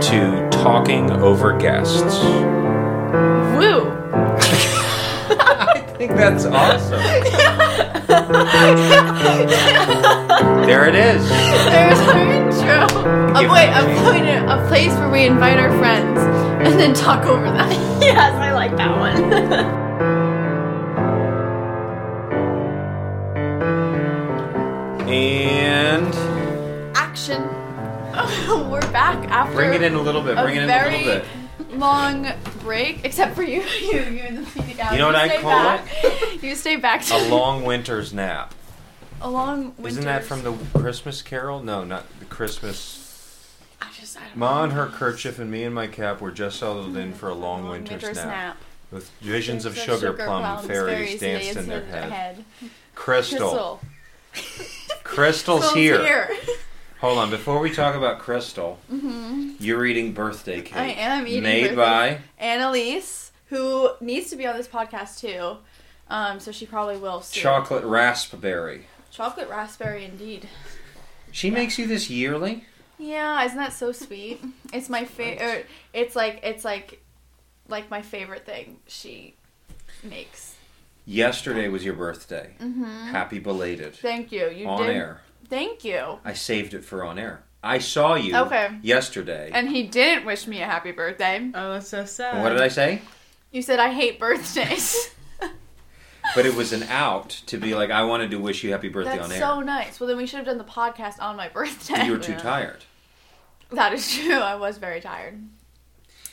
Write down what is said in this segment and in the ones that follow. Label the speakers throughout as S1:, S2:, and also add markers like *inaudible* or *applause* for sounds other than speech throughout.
S1: to talking over guests.
S2: Woo! *laughs*
S1: I think that's awesome. *laughs* there it is.
S2: There's our intro. A,
S1: Give
S2: wait,
S1: it
S2: a,
S1: to me.
S2: point, a place where we invite our friends and then talk over them. *laughs* yes, I like that one.
S1: And
S2: *laughs* Action. *laughs* We're back after
S1: bring it in a little bit.
S2: a
S1: Bring it in a
S2: very
S1: little bit.
S2: long break, except for you. *laughs* You, you in the meeting hour.
S1: You know what I
S2: stay
S1: call
S2: back. it? *laughs* You stay back. To
S1: A long winter's nap.
S2: *laughs* A long winter.
S1: Isn't that from the Christmas Carol? No, not the Christmas.
S2: I just, I don't know.
S1: Ma in her kerchief and me in my cap were just settled in for a long winter's, nap. With visions of
S2: It's
S1: sugar, plum
S2: plums,
S1: fairies, danced in their head. Crystal.
S2: Crystal.
S1: Crystal's
S2: Crystal's
S1: here.
S2: here. *laughs*
S1: Hold on, before we talk about Crystal, you're eating birthday cake.
S2: Mm-hmm. I am eating
S1: Made
S2: birthday-
S1: by
S2: Annalise, who needs to be on this podcast too, um, so she probably will soon.
S1: chocolate raspberry.
S2: Chocolate raspberry, indeed.
S1: She makes you this yearly?
S2: Yeah, isn't that so sweet? It's my favorite. It's like it's like like my favorite thing she makes.
S1: Yesterday was your birthday. Happy belated.
S2: Thank you. Mm-hmm. You
S1: on
S2: did.
S1: air.
S2: Thank you.
S1: I saved it for on air. I saw you
S2: Okay.
S1: yesterday.
S2: And he didn't wish me a happy birthday.
S3: Oh, that's so sad.
S1: And what did I say?
S2: You said I
S1: *laughs*
S2: hate birthdays.
S1: But it
S2: *laughs*
S1: was an out to be like, I wanted to wish you happy birthday
S2: That's
S1: on air.
S2: so nice. Well, then we should have done the podcast on my birthday.
S1: But you were too tired.
S2: That is true. I was very tired,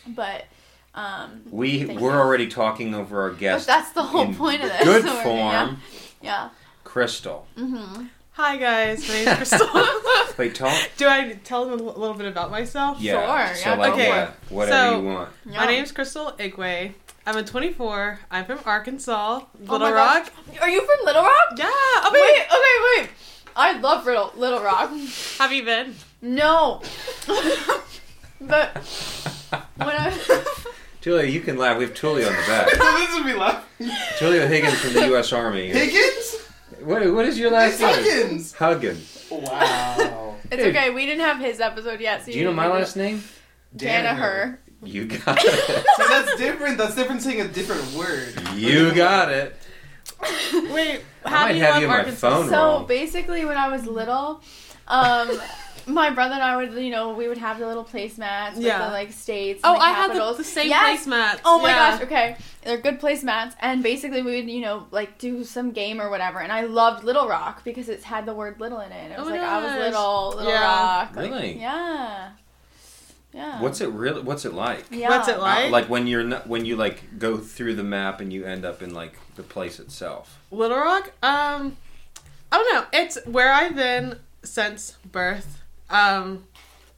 S2: but um,
S1: We
S2: Thank
S1: were
S2: you.
S1: already talking over our
S2: but
S1: guest.
S2: that's the whole
S1: in
S2: point of this.
S1: Good
S2: So we're-
S1: form,
S2: Yeah.
S1: Crystal.
S3: Hi guys,
S2: *laughs*
S3: my name's Crystal.
S1: Wait, talk.
S3: Do I tell them a l- little bit about myself?
S1: Yeah.
S2: Sure,
S1: So
S2: yeah,
S1: like
S3: okay.
S1: what, whatever
S3: So-
S1: you want. *laughs*
S2: yeah.
S3: My name's Crystal Igwe. I'm a 24. I'm from Arkansas,
S2: Oh
S3: Little
S2: my
S3: Rock.
S2: gosh. Are you from Little Rock?
S3: Yeah. Oh,
S2: Wait.
S3: wait.
S2: Okay. Wait. I love Little Little Rock.
S3: Have you been?
S2: No. but when I
S1: Julia, you can laugh. We have Tulia on the
S3: *laughs*
S1: back.
S4: this would be like
S1: Tulia Higgins from the U.S. Army.
S4: Higgins?
S1: What, what is your last name?
S4: Higgins!
S1: Huggins.
S4: Wow.
S2: it's
S1: Dude.
S2: okay. We didn't have his episode yet. So
S1: Do you know my last name? *laughs*
S2: Danaher.
S1: You got
S3: *laughs*
S1: it.
S4: See, that's different. That's different saying a different word.
S1: You got it.
S3: Wait.
S1: I
S3: How
S1: might
S3: do you
S1: have
S3: love
S1: you in my
S3: Arkansas?
S1: phone.
S2: So
S1: wrong.
S2: basically, when I was little, um, my brother and I would, you know, we would have the little placemats with
S3: Yeah.
S2: the like states.
S3: Oh,
S2: and the
S3: I had the,
S2: capitals.
S3: the same
S2: Yes.
S3: placemats.
S2: Oh my
S3: Yeah.
S2: gosh, okay. They're good placemats. And basically, we would, you know, like do some game or whatever. And I loved Little Rock because it had the word little in it. And it
S3: Oh
S2: was
S3: my
S2: like, I was
S3: gosh.
S2: little, Little
S3: Yeah.
S2: Rock. like,
S1: Really?
S2: yeah. Yeah.
S1: What's it really? What's it like?
S2: yeah.
S3: What's it like?
S1: Uh, like when you're not, when you like go through the map and you end up in like the place itself.
S3: Little Rock? Um, I don't know. It's where I've been since birth. Um,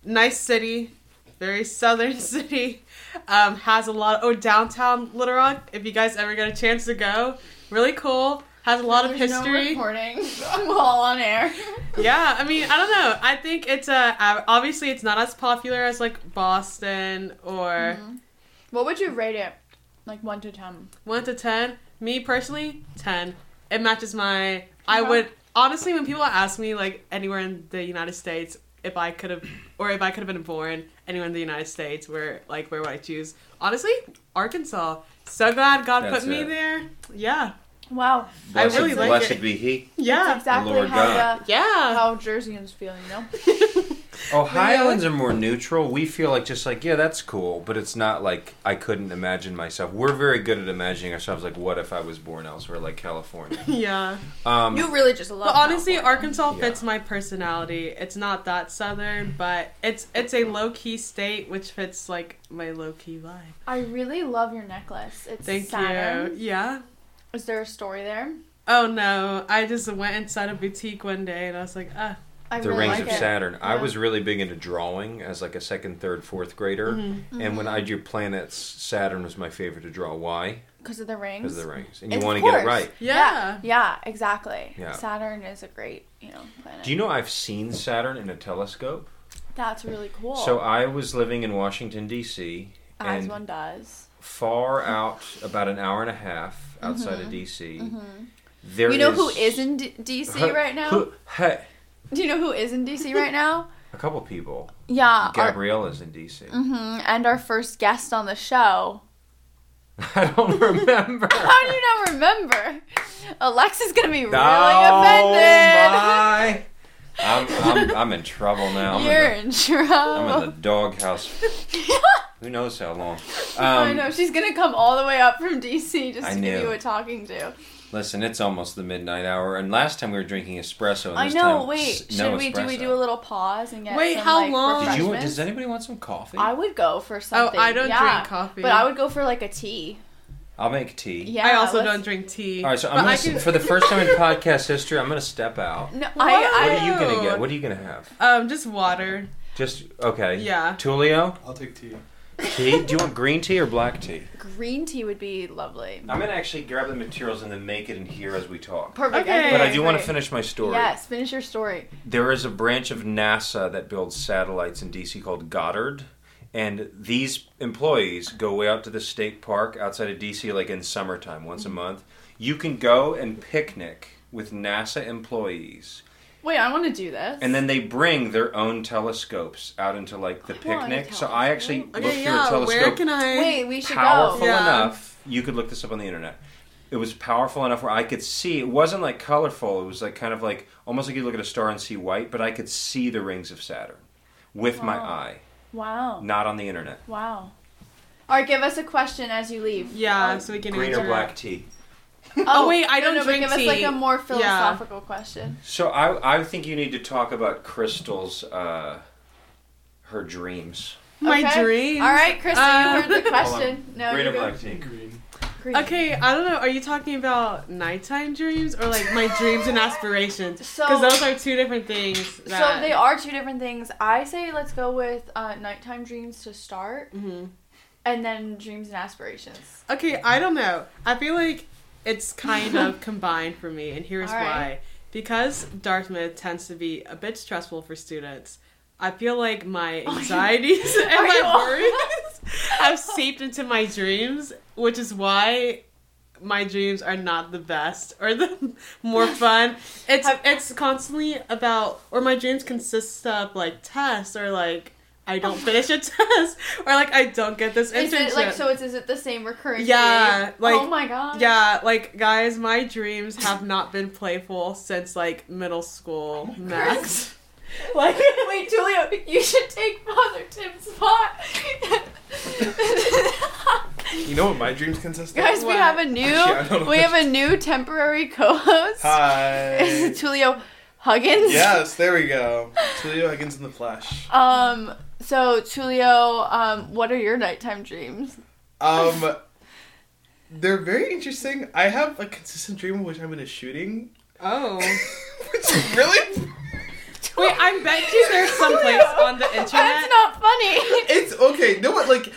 S3: nice city, very southern *laughs* city. Um, has a lot. oh, downtown Little Rock. If you guys ever get a chance to go, really cool. Has a lot of
S2: There's no
S3: history.
S2: recording *laughs* while on air. *laughs*
S3: yeah, I mean, I don't know. I think it's a. uh, Obviously, it's not as popular as like Boston or
S2: Mm-hmm. What would you rate it? Like 1 to 10.
S3: one to ten. Me personally, ten. It matches my. I
S2: Okay.
S3: would honestly, when people ask me like anywhere in the United States if I could have or if I could have been born anywhere in the United States, where like where would I choose? Honestly, Arkansas. So glad God
S1: That's
S3: put me
S1: it.
S3: there. Yeah,
S2: Wow.
S3: I
S1: Blessed,
S3: really like
S1: blessed
S3: it.
S1: be he.
S2: That's
S3: yeah,
S2: exactly
S1: Lord
S2: how
S1: God.
S2: the
S3: yeah.
S2: how Jerseyans feel, you know?
S1: Ohioans are more neutral. We feel like just like yeah, that's cool, but it's not like I couldn't imagine myself. We're very good at imagining ourselves. Like, what if I was born elsewhere, like
S2: *laughs*
S1: California?
S3: *laughs* Yeah,
S1: Um,
S2: You really just love
S3: but honestly,
S2: California.
S3: Arkansas
S1: Yeah.
S3: fits my personality. It's not that southern, but it's it's a low key state, which fits like my low key vibe.
S2: I really love your necklace. It's
S3: Thank
S2: Saturn.
S3: you. Yeah,
S2: Is there a story there?
S3: Oh no, I just went inside a boutique one day and I was like, ah.
S2: I
S1: the
S2: really
S1: rings
S2: like
S1: of
S2: it.
S1: Saturn. I
S3: Yeah.
S1: was really big into drawing as like a second, third, fourth grader,
S2: Mm-hmm.
S1: and when I drew planets, Saturn was my favorite to draw. Why?
S2: Because of the rings.
S1: Because of the rings, and you
S2: Of
S1: want to get it
S2: course.
S1: right.
S2: Yeah.
S3: Yeah.
S2: Yeah, exactly.
S1: Yeah.
S2: Saturn is a great, you know, planet.
S1: Do you know I've seen Saturn in a telescope?
S2: That's really cool.
S1: So I was living in Washington D.C.
S2: as
S1: and
S2: one does.
S1: far out, about an hour and a half outside of D.C. There
S2: You Mm-hmm. know who
S1: is-
S2: is in D- DC
S1: Huh, *laughs*
S2: right now?
S1: who- hey,
S2: Do you know who is in DC right now?
S1: a couple people.
S2: Yeah. Our,
S1: Gabriella's in DC.
S2: Mhm, and our first guest on the show.
S1: *laughs*
S2: *laughs*
S1: I don't remember.
S2: How
S1: *laughs*
S2: do you not remember? Alexa's gonna be really
S1: oh
S2: *laughs* offended.
S1: my! I'm, I'm, I'm in trouble now. I'm,
S2: You're
S1: in
S2: in trouble.
S1: the, I'm in the doghouse. Who knows how long?
S2: *laughs* I
S1: Um,
S2: know she's gonna come all the way up from DC just
S1: I
S2: to give
S1: knew.
S2: you a talking to.
S1: Listen, it's almost the midnight hour, and last time we were drinking espresso. And
S2: I
S1: this
S2: know.
S1: time,
S2: wait,
S1: s-
S2: should
S1: no
S2: we do we
S1: espresso.
S2: do a little pause and get
S3: Wait,
S2: some,
S3: how
S2: like,
S1: Did
S3: long?
S1: you?
S2: refreshments?
S1: Does anybody want some coffee?
S2: I would go for
S3: Oh,
S2: something.
S3: I don't
S2: yeah.
S3: drink coffee.
S2: But I would go for like a tea.
S1: I'll make tea.
S2: Yeah.
S3: I also
S2: let's-
S3: don't drink tea.
S1: All right, so
S3: But
S1: I'm gonna,
S3: I
S1: s
S3: can-
S1: for the first time
S3: *laughs*
S1: in podcast history, I'm gonna step out.
S2: No,
S1: What
S2: I,
S1: are
S2: I
S1: you gonna
S3: Ew.
S1: get? What are you gonna have?
S3: um, just water.
S1: Just okay.
S3: Yeah. *laughs*
S1: Tulio,
S4: I'll take tea.
S1: tea. do you want green tea or black tea?
S2: green tea would be lovely.
S1: I'm gonna actually grab the materials and then make it in here as we talk.
S2: Perfect.
S3: Okay.
S2: think
S1: But I
S2: that's
S1: do want to
S2: great.
S1: finish my story.
S2: Yes, finish your story.
S1: There is a branch of NASA that builds satellites in DC called Goddard. And these employees go way out to the state park outside of DC, like in summertime, once
S3: Mm-hmm.
S1: a month. You can go and picnic with NASA employees.
S2: Wait, I want to do this.
S1: And then they bring their own telescopes out into like the
S2: I want a
S1: picnic. So I actually
S2: telescope.
S1: looked
S3: Okay,
S1: through a
S3: yeah.
S1: telescope
S3: Where can I?
S2: wait, we should
S1: powerful
S2: go.
S3: Yeah.
S1: enough. You could look this up on the internet. It was powerful enough where I could see. It wasn't like colorful. It was like kind of like almost like you look at a star and see white, but I could see the rings of Saturn with my
S2: Wow.
S1: eye,
S2: Wow.
S1: not on the internet.
S2: Wow. All right, give us a question as you leave.
S3: Yeah, Uh, Oh, so we can
S1: Green
S3: answer.
S1: or black tea?
S3: Oh, wait, I
S2: no,
S3: don't
S2: no,
S3: drink
S2: but give
S3: tea.
S2: us like a more philosophical question.
S1: So I I think you need to talk about Crystal's uh, her dreams.
S3: My
S2: Okay.
S3: dreams.
S2: All right, Kristen,
S3: Um,
S2: you heard
S1: *laughs*
S2: the
S1: Hold on.
S2: question. No,
S1: Green
S2: you
S1: or
S2: go.
S1: black tea?
S4: Green.
S2: Green.
S3: Okay, I don't know. Are you talking about nighttime dreams or
S2: *laughs*
S3: like my dreams and aspirations?
S2: So-
S3: Because those are two different things. That,
S2: So they are two different things. I say let's go with uh, nighttime dreams to start,
S3: Mhm.
S2: and then dreams and
S3: *laughs*
S2: aspirations.
S3: Okay, I don't know. I feel like it's
S2: *laughs*
S3: kind of combined for me, and here's
S2: All right.
S3: why. Because Dartmouth tends to be a bit stressful for students, I feel like
S2: *laughs*
S3: my
S2: Are you-
S3: anxieties *laughs* and
S2: are you all- *laughs*
S3: my worries have seeped into my dreams, which is why my dreams are not the best or the *laughs* more fun. It's
S2: Have-
S3: it's constantly about or my dreams consist of like tests or like I don't finish a *laughs* test or like I don't get this internship.
S2: Oh. *laughs* Is it like so? It's is it the same recurring?
S3: Yeah,
S2: theme?
S3: like-
S2: oh my god. *laughs*
S3: Yeah, like guys, my dreams have not been playful since like middle school max. like
S2: Wait, Julio, you should take Father Tim's spot. *laughs*
S4: You know what my dreams consist of?
S2: Guys, we
S3: What?
S2: have a
S4: Actually, I don't
S2: new
S4: know
S2: we have a new temporary co-host. *laughs*
S4: Hi.
S2: Tulio Huggins.
S4: yes, there we go. Tulio Higgins in the Flash.
S2: Um. So Tulio, um, what are your nighttime dreams?
S4: Um, they're very interesting. I have a consistent dream in which I'm in a shooting, *laughs*
S3: oh.
S4: which is really
S3: *laughs* Wait, I bet you there's someplace on the internet.
S2: Oh, *laughs* That's not
S4: it's
S2: funny.
S4: okay. No, what like.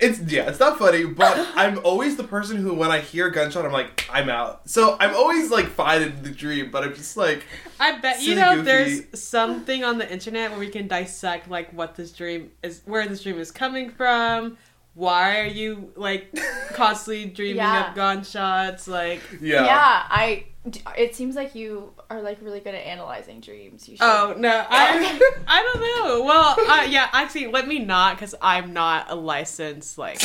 S4: It's yeah, it's not funny,
S3: *laughs*
S4: but I'm always the person who, when I hear a gunshot, I'm like, I'm out. So I'm always like fine in the dream, but I'm just like,
S3: I bet you
S4: Silly
S3: know
S4: goofy.
S3: there's something on the internet where we can dissect like what this dream is where this dream is coming from. Why are you like constantly dreaming
S2: Yeah.
S3: of gunshots? Like
S4: *laughs* yeah.
S2: I. It seems like you are like really good at analyzing dreams. You should.
S3: Oh no, I I don't know. Well, uh, yeah, actually, let me not because I'm not a
S2: *laughs*
S3: licensed like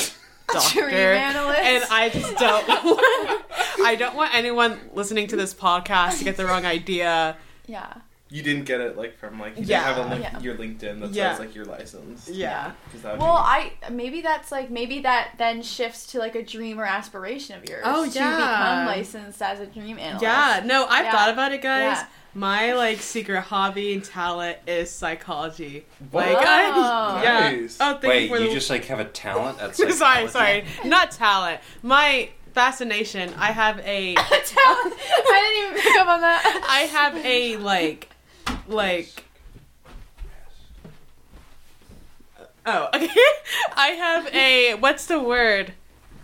S3: doctor,
S2: *laughs* Dream analyst.
S3: and I just don't. *laughs* Want, I don't want anyone listening to this podcast to get the wrong idea.
S2: *laughs* yeah.
S4: *laughs* You didn't get it like from like you
S3: Yeah.
S4: didn't have a link,
S2: Yeah.
S4: your LinkedIn. That's
S3: Yeah.
S4: why it's like your license.
S3: Yeah.
S4: 'Cause that would
S2: Well, I maybe that's like maybe that then shifts to like a dream or aspiration of yours.
S3: Oh,
S2: To
S3: yeah.
S2: become licensed as a dream analyst. *laughs*
S3: Yeah, no, I've
S2: Yeah.
S3: thought about it, guys.
S2: Yeah.
S3: My like secret hobby and talent is psychology.
S4: Whoa.
S3: Like, I,
S2: Wow.
S3: *laughs* yeah.
S4: Nice.
S3: Oh, thank you
S1: Wait,
S3: for
S1: you
S3: the *laughs*
S1: just like have a talent at
S3: sorry,
S1: psychology?
S3: sorry, not talent. My fascination. I have a
S2: Talent. I didn't even pick up on that.
S3: *laughs* I have a like, like. Oh, *laughs* okay. I have a what's the word?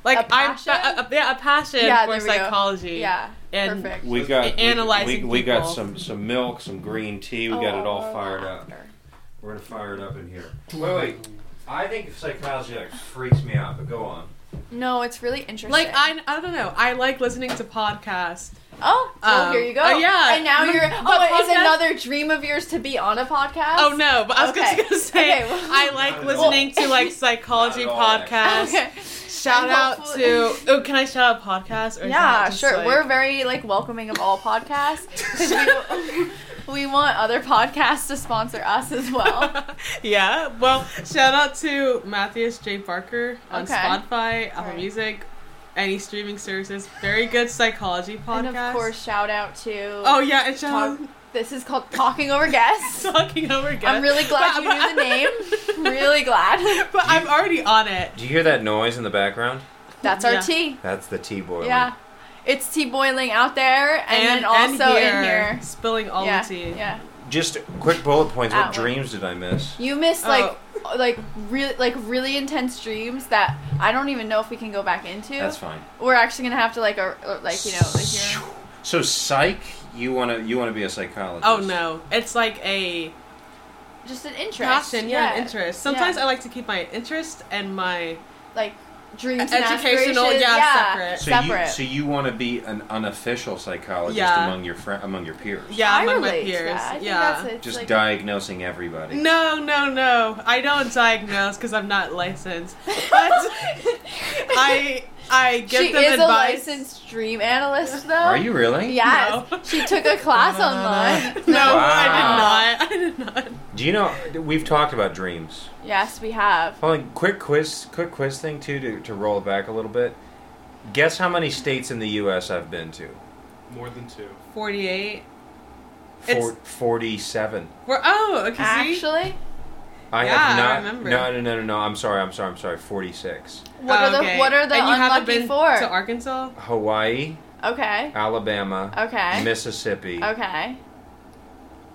S3: Like
S2: A
S3: I'm
S2: passion?
S3: a- a- yeah, a passion
S2: Yeah,
S3: for
S2: there we go.
S3: psychology.
S2: Yeah.
S3: And-
S2: perfect.
S1: We got we-
S3: Analyzing
S1: We, we, got
S3: people.
S1: some some milk, some green tea. We got
S2: Oh,
S1: it all
S2: we're
S1: fired up.
S2: laughter.
S1: We're gonna fire it up in here. Wait, wait. I think psychology like freaks me out, but go on.
S2: No, it's really interesting.
S3: *laughs* Like I, I don't know. I like listening to podcasts.
S2: Oh, well,
S3: Um,
S2: here you go.
S3: oh, yeah.
S2: And now
S3: Mm,
S2: you're.
S3: but
S2: Oh, is it another dream of yours to be on a podcast?
S3: Oh no, but I was
S2: Okay.
S3: just gonna *laughs* say
S2: Okay, well-
S3: I like
S4: Not at all.
S3: listening to like psychology
S4: Not at all,
S2: *laughs*
S3: podcasts.
S2: Okay.
S3: Shout
S2: I'm
S3: out
S2: hopeful-
S3: to oh, can I shout out podcasts? Or is
S2: Yeah,
S3: that just,
S2: sure.
S3: like-
S2: We're very like welcoming of all podcasts. 'cause
S3: *laughs*
S2: we, *laughs* we want other podcasts to sponsor us as
S3: *laughs*
S2: well.
S3: *laughs* yeah. Well, shout out to Matthias J Barker on
S2: Okay.
S3: Spotify, Apple
S2: Alright.
S3: Music, any streaming services. Very good psychology podcast.
S2: and of course, shout out to
S3: Oh yeah, and shout
S2: Talk-
S3: out
S2: this is called talking over guests.
S3: *laughs* talking over again.
S2: I'm really glad you knew the name. Really glad.
S3: *laughs* But I'm already on it.
S1: Do you hear that noise in the background?
S2: That's our
S3: Yeah.
S2: tea.
S1: That's the tea boiling.
S2: Yeah. It's tea boiling out there and, then also in here.
S3: Spilling all
S2: yeah,
S3: the tea.
S2: yeah.
S1: Just quick bullet points. What
S2: Outlook.
S1: dreams did I miss?
S2: You
S3: Oh.
S2: missed like like really like really intense dreams that I don't even know if we can go back into.
S1: That's fine.
S2: We're actually gonna have to like a, like you know like hear.
S1: So psych, you wanna you wanna be a psychologist?
S3: Oh no, it's like a
S2: just an interest.
S3: passion, yeah, an interest. Sometimes I like to keep my interest and my
S2: like dreams, and
S3: Educational,
S2: aspirations.
S3: yeah,
S2: yeah,
S3: separate.
S1: So you so you wanna be an unofficial psychologist
S3: Yeah.
S1: among your friend among your peers?
S3: yeah
S2: I
S3: among my
S2: relate to
S3: peers.
S2: that. I think
S3: yeah.
S2: that's- it's
S1: Just
S2: like-
S1: diagnosing everybody.
S3: No, no, no. I don't diagnose because I'm not
S2: *laughs*
S3: licensed. But I I give
S2: she
S3: them
S2: is a
S3: advice.
S2: licensed dream analyst, though.
S1: Are you really?
S2: Yes.
S3: No. *laughs*
S2: She took a class
S1: No, no, no.
S2: online.
S3: No,
S1: Wow.
S3: I did not. I did not.
S1: Do you know we've talked about dreams?
S2: Yes, we have.
S1: Well, like, quick quiz, quick quiz thing too to to roll it back a little bit. Guess how many states in the U.S. I've been to?
S5: More than two.
S3: Forty-eight. It's-
S1: Four, Forty-seven.
S3: We're oh okay. see?
S2: Actually,
S1: I
S3: Yeah, I
S1: have not.
S3: remember.
S1: No, no, no, no, no. I'm sorry. I'm sorry. I'm sorry. Forty-six.
S2: what
S3: Oh,
S2: are the
S3: okay.
S2: what are the
S3: and you haven't
S2: unlucky
S3: been
S2: four?
S3: to Arkansas?
S1: Hawaii,
S2: okay.
S1: Alabama,
S2: Okay.
S1: Mississippi,
S2: Okay.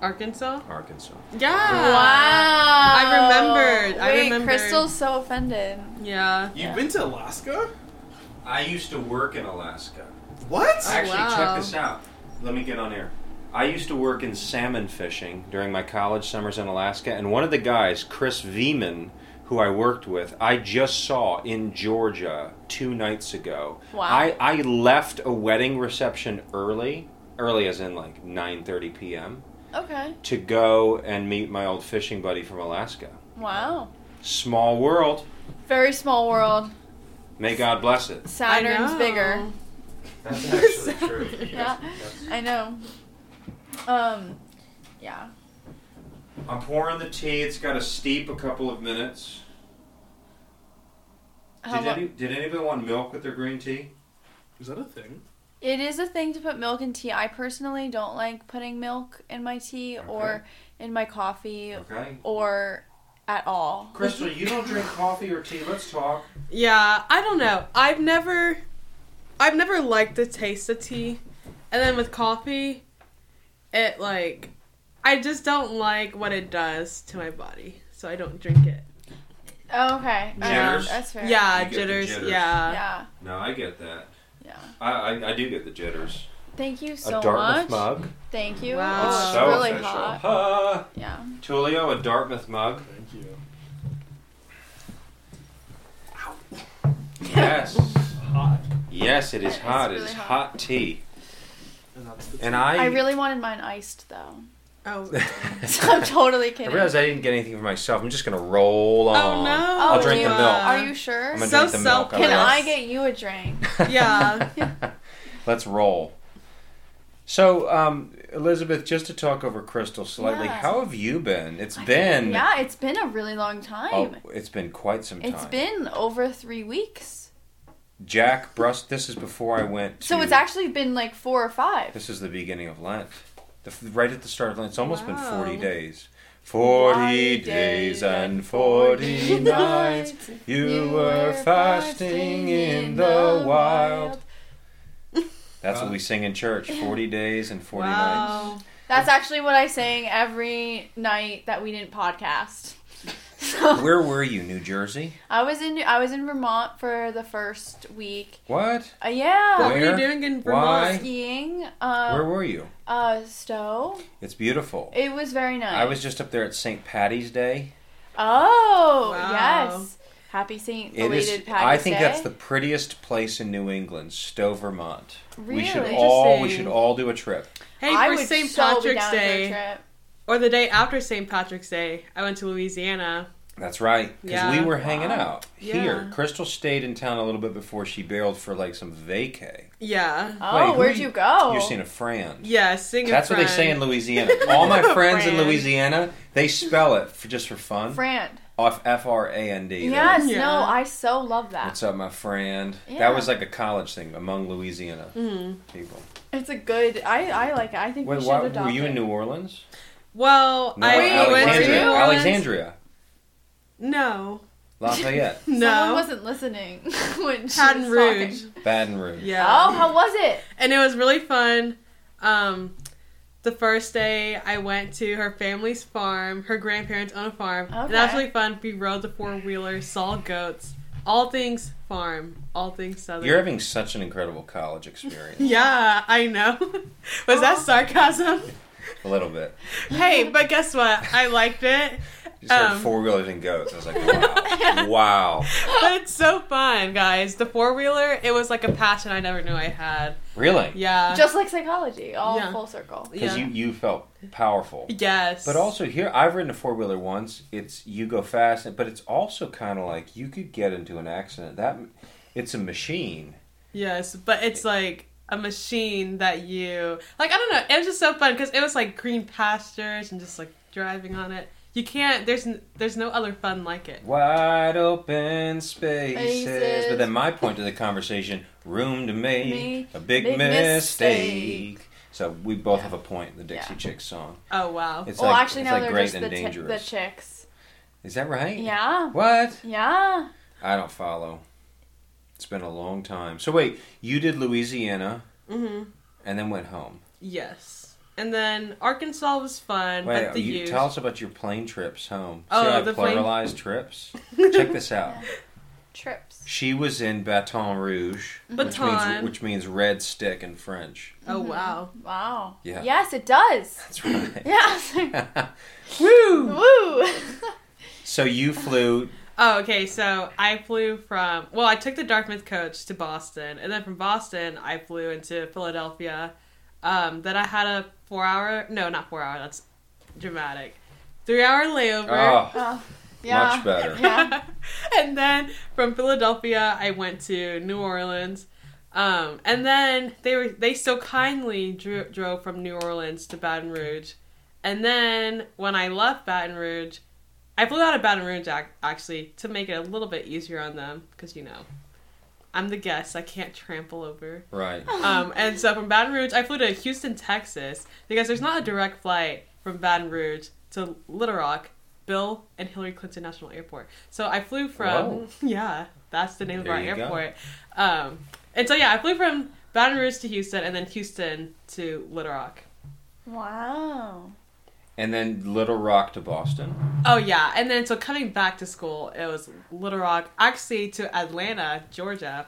S3: Arkansas?
S1: Arkansas.
S3: Yeah.
S2: Wow.
S3: I remembered. I
S2: Wait,
S3: remembered.
S2: Crystal's so offended.
S3: Yeah.
S4: You've been to Alaska?
S1: I used to work in Alaska.
S4: What?
S5: Oh,
S3: I-
S1: Actually,
S3: wow.
S1: check this out. Let me get on air. I used to work in salmon fishing during my college summers in Alaska, and one of the guys, Chris Veman, who I worked with, I just saw in Georgia two nights ago.
S2: Wow.
S1: I, I left a wedding reception early, early as in like 9.30 p.m.,
S2: Okay.
S1: to go and meet my old fishing buddy from Alaska.
S2: Wow.
S1: Small world.
S2: Very small world.
S1: May God bless it.
S2: Saturn's
S3: know.
S2: bigger.
S5: That's actually true.
S2: Yeah. I know. Um, yeah.
S1: I'm pouring the tea. It's got to steep a couple of minutes.
S2: How
S1: Did,
S2: lo-
S1: any, did anybody want milk with their green tea?
S5: Is that a thing?
S2: it is a thing to put milk in tea. I personally don't like putting milk in my tea or in my coffee
S1: Okay.
S2: or at all.
S1: Crystal, you don't drink coffee or tea. Let's talk.
S3: Yeah, I don't know. I've never I've never liked the taste of tea. And then with coffee, it like I just don't like what it does to my body. So I don't drink it.
S2: Oh, okay. I know.
S1: Jitters?
S2: That's fair.
S3: Yeah,
S1: You get the
S3: jitters,
S1: jitters.
S3: Yeah.
S2: Yeah.
S1: No, I get that.
S2: Yeah.
S1: I, I, I do get the jitters.
S2: Thank you so
S1: a Dartmouth
S2: much.
S1: mug.
S2: Thank you.
S3: Wow.
S2: Oh,
S3: It's
S2: it's
S1: so
S2: really
S4: official.
S2: hot.
S1: Ha!
S2: Yeah.
S1: Tulio, a Dartmouth
S2: *laughs*
S1: mug.
S5: Thank you.
S1: Yes.
S5: Hot.
S1: yes, it is
S2: It's
S1: hot. it
S2: really
S1: is
S2: hot.
S1: hot. tea.
S5: And that's the
S1: And
S5: tea.
S1: I.
S2: I
S1: *laughs*
S2: really *laughs* wanted mine iced though. *laughs*
S3: Oh.
S2: I'm totally
S1: I
S2: kidding.
S1: realized I didn't get anything for myself. I'm just gonna roll on.
S3: Oh no.
S1: I'll drink
S2: you,
S1: the milk.
S2: Are you sure?
S1: I'm gonna
S3: So
S1: drink the milk.
S3: selfish.
S2: Can
S1: I'll-
S2: I get you a drink?
S3: Yeah.
S1: *laughs* Let's roll. So, um, Elizabeth, just to talk over Crystal slightly,
S2: Yeah.
S1: how have you been? It's been
S2: Yeah, it's been a really long
S1: oh,
S2: time.
S1: it's been quite some time.
S2: It's been over three weeks.
S1: Jack Brust. This is before I went. To,
S2: So it's actually been like four or five.
S1: this is the beginning of Lent, the, f- right at the start of Lent. It's almost been forty
S3: Wow.
S1: days. Forty
S2: Forty
S1: days
S2: days
S1: and
S2: and
S1: forty *laughs*
S2: forty
S1: nights.
S2: nights.
S1: You were fasting in the wild. That's what we sing in church. Forty days and forty nights.
S3: wow.
S2: That's actually what I sang every night that we didn't podcast. *laughs* So
S1: Where were you, New Jersey?
S2: I was in I was in Vermont for the first week.
S1: What?
S2: Uh, yeah,
S3: What were
S1: Where?
S3: you doing in
S1: Why?
S3: Vermont?
S2: skiing. Um,
S1: Where were you?
S2: uh, Stowe.
S1: It's beautiful.
S2: It was very nice.
S1: I was just up there at St. Patty's Day.
S2: Oh
S3: Wow.
S2: yes, Happy Saint
S1: It
S2: belated
S1: is.
S2: Paddy's
S1: I think
S2: Day?
S1: that's the prettiest place in New England, Stowe, Vermont. We should
S2: Really?
S1: all we
S3: Interesting.
S1: should all do a trip.
S3: Hey,
S2: I
S3: for
S2: would
S3: St.
S2: so be
S3: Patrick's
S2: down for a
S3: Day,
S2: trip.
S3: or the day after St. Patrick's Day, I went to Louisiana.
S1: That's right, because we
S3: Yeah.
S1: were hanging out here.
S3: Yeah.
S1: Crystal stayed in town a little bit before she bailed for like some vacay.
S3: Yeah.
S1: Wait,
S2: Oh,
S1: who
S2: where'd
S1: you-
S2: you go?
S1: You're seeing a friend.
S3: Yeah, sing a
S1: That's what they say in
S3: friend.
S1: Louisiana. All my friends in
S3: Friend.
S1: Louisiana, they spell it for, just for fun.
S2: Friend.
S1: Off F R A N D.
S2: Yes,
S3: Yeah.
S2: no, I so love that.
S1: What's up, my friend?
S2: Yeah.
S1: That was like a college thing among Louisiana
S3: Mhm.
S1: people.
S2: It's a good. I I like it. I think
S1: Wait,
S2: we should
S1: why,
S2: adopt
S1: were you
S2: it.
S1: in New Orleans?
S3: Well,
S1: No,
S3: I went to
S1: Alexandria.
S3: New Orleans.
S1: Alexandria.
S3: No, *laughs*
S1: Lafayette.
S2: Someone
S3: no,
S2: wasn't listening *laughs* when she
S3: Baton
S2: was
S3: Rouge.
S2: talking.
S1: Baton Rouge.
S3: Yeah.
S2: Oh, how was it?
S3: and it was really fun. Um, the first day I went to her family's farm. Her grandparents own a farm. And that was
S2: Okay.
S3: really fun. We rode the four wheeler, saw goats, all things farm, all things southern.
S1: You're having such an incredible college experience.
S3: yeah, I know. *laughs* was
S2: *laughs*
S3: that sarcasm?
S1: a little bit.
S3: hey, but guess what? I liked it.
S1: You said
S3: Um.
S1: four wheelers and goats. I was
S3: *laughs*
S1: like, wow. wow.
S3: But it's so fun, guys. The four wheeler, it was like a passion I never knew I had.
S1: Really?
S3: Yeah.
S2: Just like psychology, all
S3: Yeah.
S2: full circle.
S1: Because
S3: yeah.
S1: you, you felt powerful.
S3: Yes.
S1: But also here, I've ridden a four wheeler once. It's you go fast, but it's also kind of like you could get into an accident. That it's a machine.
S3: Yes, but it's like a machine that you like. I don't know. It was just so fun because it was like green pastures and just like driving on it. You can't. There's n- there's no other fun like it.
S1: Wide open spaces.
S2: Spaces.
S1: But then my point to the conversation: room to make
S2: Make
S1: a big
S2: big
S1: mistake.
S2: mistake.
S1: So we both have a point. in The Dixie
S2: Yeah.
S1: Chicks song.
S3: Oh wow.
S1: It's
S2: well,
S1: like
S2: actually,
S1: it's
S2: now
S1: like
S2: they're
S1: great
S2: just
S1: and
S2: the, chi- the
S1: dangerous.
S2: chicks.
S1: Is that right?
S2: Yeah,
S1: What?
S2: yeah.
S1: I don't follow. It's been a long time. So wait, you did Louisiana
S3: hmm
S1: and then went home.
S3: Yes. And then Arkansas was fun,
S1: Wait,
S3: but the
S1: you,
S3: youth.
S1: tell us about your plane trips home.
S3: Oh,
S1: See how I
S3: the plane-
S1: pluralized
S3: *laughs*
S1: trips. Check this out.
S2: Trips.
S1: She was in Baton Rouge, which means
S3: Baton.
S1: which means red stick in French.
S3: oh wow.
S2: Wow.
S1: Yeah.
S2: Yes, it does.
S1: That's right.
S2: Yes.
S3: Woo.
S2: *laughs* Woo.
S1: *laughs* so you flew.
S3: Oh okay. So I flew from. Well, I took the Dartmouth coach to Boston, and then from Boston I flew into Philadelphia. Um, then I had a four hour. No, not four hour. That's dramatic. Three hour layover.
S1: Oh,
S2: Oh, yeah.
S1: much better.
S2: Yeah.
S3: *laughs* and then from Philadelphia, I went to New Orleans. Um, and then they were they so kindly drew, drove from New Orleans to Baton Rouge. And then when I left Baton Rouge, I flew out of Baton Rouge ac- actually to make it a little bit easier on them because you know I'm the guest, I can't trample over.
S1: Right.
S3: Um, and so from Baton Rouge, I flew to Houston, Texas, because there's not a direct flight from Baton Rouge to Little Rock, Bill and Hillary Clinton National Airport. So I flew from
S1: Whoa.
S3: *laughs* yeah, that's the name
S1: There
S3: of
S1: you
S3: our
S1: go.
S3: airport. Um, and so yeah, I flew from Baton Rouge to Houston, and then Houston to Little Rock.
S2: wow.
S1: And then Little Rock to Boston.
S3: Oh yeah, and then so coming back to school, it was Little Rock, actually to Atlanta, Georgia,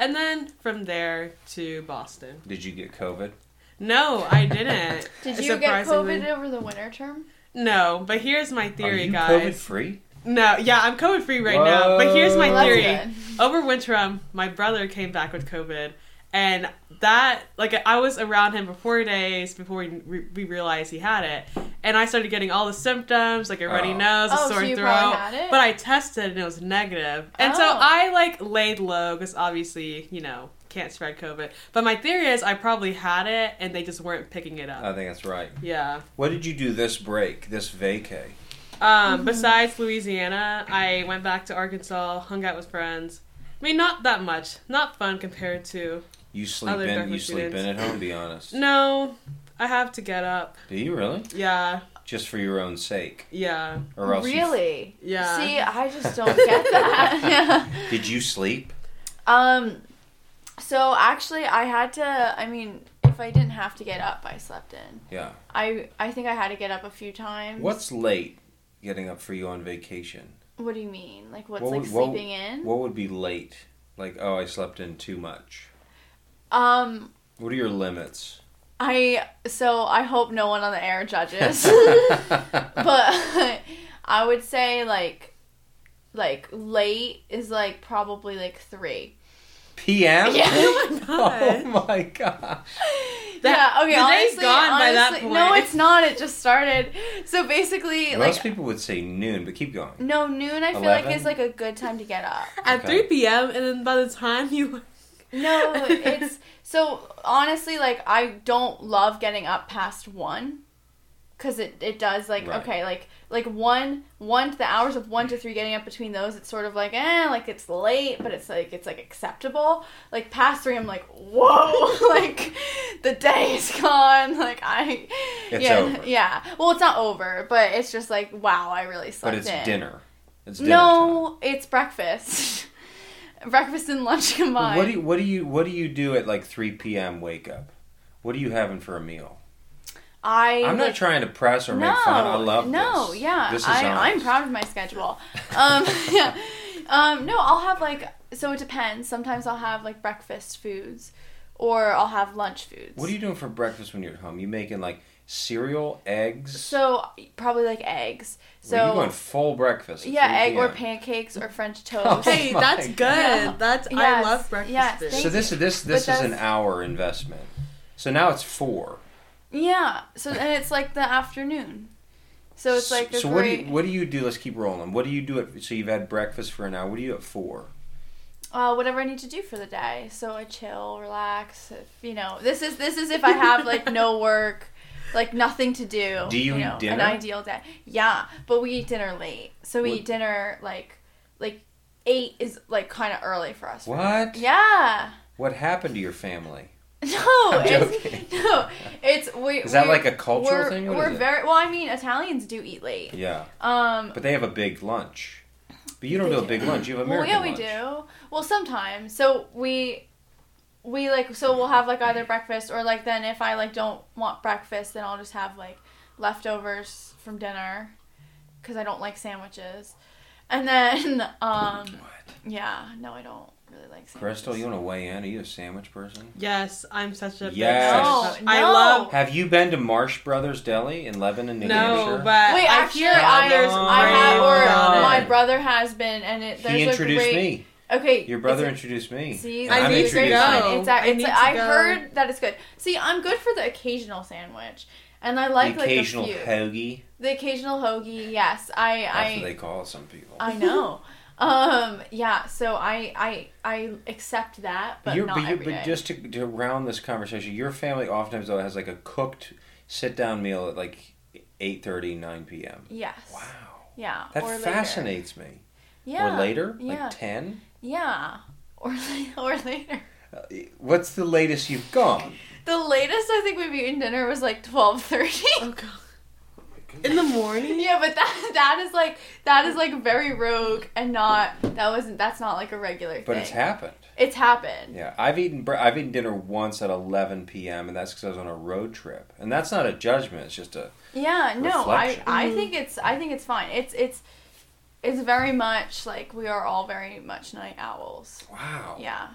S3: and then from there to Boston.
S1: Did you get COVID?
S3: No, I didn't.
S2: Did you get
S3: surprisingly.
S2: COVID over the winter term?
S3: No, but here's my
S1: Are
S3: theory,
S1: you COVID
S3: guys.
S1: free?
S3: No, yeah, I'm COVID free right now. But here's my
S1: Whoa.
S2: Well, that's
S3: theory.
S2: good.
S3: Over Winterum, my brother came back with COVID, and that like I was around him for four days before we, re- we realized he had it, and I started getting all the symptoms like a runny
S1: Oh.
S3: nose, a
S2: Oh, so
S3: sore
S2: you
S3: throat.
S2: probably had it?
S3: But I tested and it was negative, and so
S2: Oh.
S3: I like laid low because obviously you know can't spread COVID. But my theory is I probably had it and they just weren't picking it up.
S1: I think that's right.
S3: yeah.
S1: What did you do this break, this vacay?
S3: Um,
S2: Mm-hmm.
S3: Besides Louisiana, I went back to Arkansas, hung out with friends. I mean, not that much. Not fun compared to.
S1: You sleep
S3: Other
S1: in.
S3: Dartmouth
S1: You sleep in
S3: students.
S1: at home. Be honest.
S3: No, I have to get up.
S1: Do you really?
S3: Yeah,
S1: Just for your own sake,
S3: yeah,
S1: or else? you-
S2: really?
S3: yeah.
S2: See, I just don't get that. *laughs*
S1: did you sleep?
S2: um, so actually, I had to. I mean, if I didn't have to get up, I slept in.
S1: Yeah.
S2: I I think I had to get up a few times.
S1: What's late getting up for you on vacation?
S2: What do you mean? Like what's
S1: What
S2: like
S1: would- what-
S2: sleeping in?
S1: What would be late? Like, oh, I slept in too much.
S2: um,
S1: What are your limits?
S2: I so I hope no one on the
S1: *laughs*
S2: *laughs* air judges,
S1: but
S2: *laughs* but I would say like like late is like probably like three.
S1: PM?
S2: Yeah.
S3: Oh my god.
S1: Oh my gosh.
S3: That-
S2: yeah. Okay.
S3: the day's
S2: honestly,
S3: gone by that
S2: honestly- No,
S3: point.
S2: it's not. It just started. So basically,
S1: Most
S2: like
S1: people would say noon, but keep going.
S2: no noon. I feel like
S1: 11?
S2: is like a good time to get up.
S3: At
S1: Okay.
S3: 3 p.m., and then by the time you.
S2: No, it's so honestly like I don't love getting up past one, cause it it does like
S1: Right.
S2: okay like like one one the hours of one to three getting up between those it's sort of like eh like it's late but it's like it's like acceptable like past three I'm like whoa *laughs* like the day is gone like I
S1: It's
S2: yeah
S1: over.
S2: yeah well it's not over but it's just like wow I really
S1: But
S2: slept
S1: it's
S2: in.
S1: dinner. It's dinner. time.
S2: no it's breakfast *laughs* breakfast and lunch combined
S1: What do you, what do you what do you do at like 3 p.m. wake up? What are you having for a meal?
S2: I
S1: I'm not
S2: like,
S1: trying to press or make fun. I love
S2: no,
S1: this.
S2: yeah,
S1: This is
S2: I,
S1: honest.
S2: I'm proud of my schedule. Um, *laughs* yeah. um, no, I'll have like so it depends. Sometimes I'll have like breakfast foods, or I'll have lunch foods.
S1: *laughs* What are you doing for breakfast when you're at home? You making like cereal, eggs?
S2: So probably like eggs. So
S1: Well, you going full breakfast? at
S2: yeah,
S1: 3
S2: egg or
S1: p.m.
S2: pancakes
S1: *laughs*
S2: or French
S1: *laughs* Oh
S2: toast.
S3: Hey,
S1: my
S3: that's good.
S2: God.
S3: That's I
S2: Yes,
S3: love breakfast.
S2: yes,
S3: food.
S2: thank
S1: So this this this
S2: But
S1: is an
S2: that's-
S1: hour investment. So now it's four.
S2: yeah. So and it's like the afternoon. So it's like
S1: so,
S2: a
S1: what do
S2: great-
S1: you what do you do? Let's keep rolling. What do you do? At, so you've had breakfast for an hour. What do you do at four?
S2: uh, whatever I need to do for the day. So I chill, relax. If, you know, this is this is if I have like
S1: *laughs*
S2: no work, like nothing to do.
S1: Do you eat
S2: know, An
S1: dinner?
S2: ideal day. Yeah, but we eat dinner late, so we
S1: What-
S2: eat dinner like like eight is like kind of early for us.
S1: What?
S2: Yeah. *laughs*
S1: What happened to your family?
S2: No,
S1: I'm joking.
S2: it's *laughs* no, it's we.
S1: Is that
S2: we're-
S1: like a cultural
S2: we're,
S1: thing? What
S2: we're
S1: is it?
S2: very well. I mean, Italians do eat late.
S1: Yeah,
S2: Um,
S1: but they have a big lunch. But you don't
S2: They
S1: do a
S2: do.
S1: big lunch. You have
S2: Well,
S1: American
S2: yeah, we
S1: lunch.
S2: do. Well, sometimes. So we, we like so we'll have like either breakfast or like then if I like don't want breakfast, then I'll just have like leftovers from dinner, because I don't like sandwiches, and then *laughs* um
S1: What?
S2: yeah, no, I don't really like sandwiches.
S1: Crystal, you want to weigh in? Are you a sandwich person?
S3: Yes, I'm such a big
S1: Yes.
S3: sandwich
S2: No,
S3: person. I
S2: no.
S3: love.
S1: Have you been to Marsh Brothers Deli in Lebanon, New
S3: No,
S1: Hampshire?
S3: but
S2: Wait,
S3: I
S2: actually,
S3: hear
S2: I,
S3: others
S2: I have,
S3: rave about
S2: or
S3: it.
S2: my brother has been, and it, there's
S1: he introduced
S2: a great,
S1: me.
S2: Okay,
S1: Your brother
S2: is it-
S1: introduced me.
S2: See,
S1: and
S3: I
S1: I'm
S3: need to
S1: introducing
S3: go.
S1: you.
S2: It's,
S3: I
S2: I
S3: need
S2: it's,
S3: to
S2: I
S3: go.
S2: heard that it's good. See, I'm good for the occasional sandwich, and I like
S1: the
S2: like
S1: occasional
S2: the few.
S1: hoagie.
S2: the occasional hoagie. Yes, I
S1: That's what
S2: I
S1: they call some people.
S2: I know. Um, yeah. So I I I accept that, but
S1: Your-
S2: not
S1: but, your-
S2: every
S1: but
S2: day.
S1: just to, to round this conversation, your family oftentimes though has like a cooked sit down meal at like 8.30, 9 p.m.
S2: yes.
S1: Wow.
S2: Yeah.
S1: That
S2: or later.
S1: fascinates me.
S2: Yeah.
S1: Or later,
S2: Yeah.
S1: like 10.
S2: Yeah. Or *laughs* or later.
S1: Uh, What's the latest you've gone?
S2: The latest I think we've eaten dinner was like twelve thirty. *laughs*
S3: Oh, God. In the morning?
S2: Yeah, but that *laughs* that is like that is like very rogue and not that wasn't that's not like a regular thing.
S1: But it's happened.
S2: It's happened.
S1: Yeah, I've eaten br- I've eaten dinner once at 11 p.m. and that's because I was on a road trip. And that's not a judgment. It's just a
S2: Yeah, no,
S1: Reflection.
S2: I I
S3: Mm-hmm.
S2: think it's I think it's fine. It's it's it's very much like we are all very much night owls.
S1: wow.
S2: Yeah,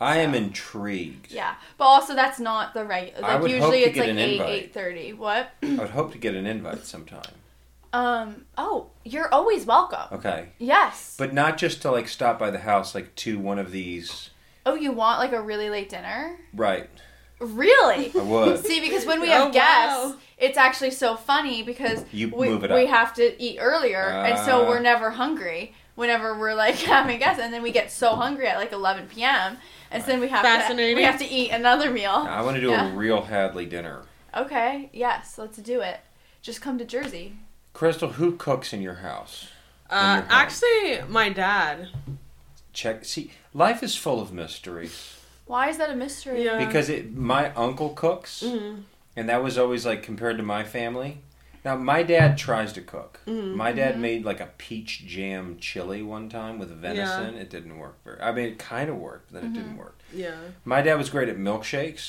S1: I am intrigued.
S2: yeah, but also that's not the regular.
S1: I
S2: Like
S1: would hope
S2: usually
S1: to
S2: it's
S1: get
S2: like
S1: an
S2: eight
S1: invite.
S2: eight thirty. What?
S1: I would hope to get an invite sometime.
S2: Um. Oh, you're always welcome.
S1: Okay.
S2: Yes.
S1: Oh. But not just to like stop by the house like to one of these.
S2: oh, you want like a really late dinner?
S1: Right. *laughs*
S2: Really?
S1: I would.
S2: *laughs* See, because when we
S3: Oh,
S2: have guests,
S3: wow.
S2: it's actually so funny because
S1: You
S2: we,
S1: move it
S2: we
S1: up.
S2: have to eat earlier, and
S1: Ah.
S2: so we're never hungry whenever we're like *laughs* having guests, and then we get so hungry at like 11 p.m. And so then we have
S3: Fascinating.
S2: to we have to eat another meal.
S1: I want to do
S2: Yeah.
S1: a real Hadley dinner.
S2: Okay, yes, let's do it. Just come to Jersey.
S1: Crystal, who cooks in your house?
S3: Uh,
S1: home.
S3: actually, my dad.
S1: Check. See, life is full of mysteries
S2: Why is that a mystery?
S3: Yeah.
S1: because it. My uncle cooks,
S2: Mm.
S3: Mhm.
S1: and that was always like compared to my family. Now my dad tries to cook.
S2: Mm-hmm.
S3: Mhm.
S1: My dad made like a peach jam chili one time with venison. It didn't work. Very, I mean, it kind of worked, but then
S2: Mm-hmm.
S1: it didn't work.
S3: Yeah.
S1: My dad was great at milkshakes.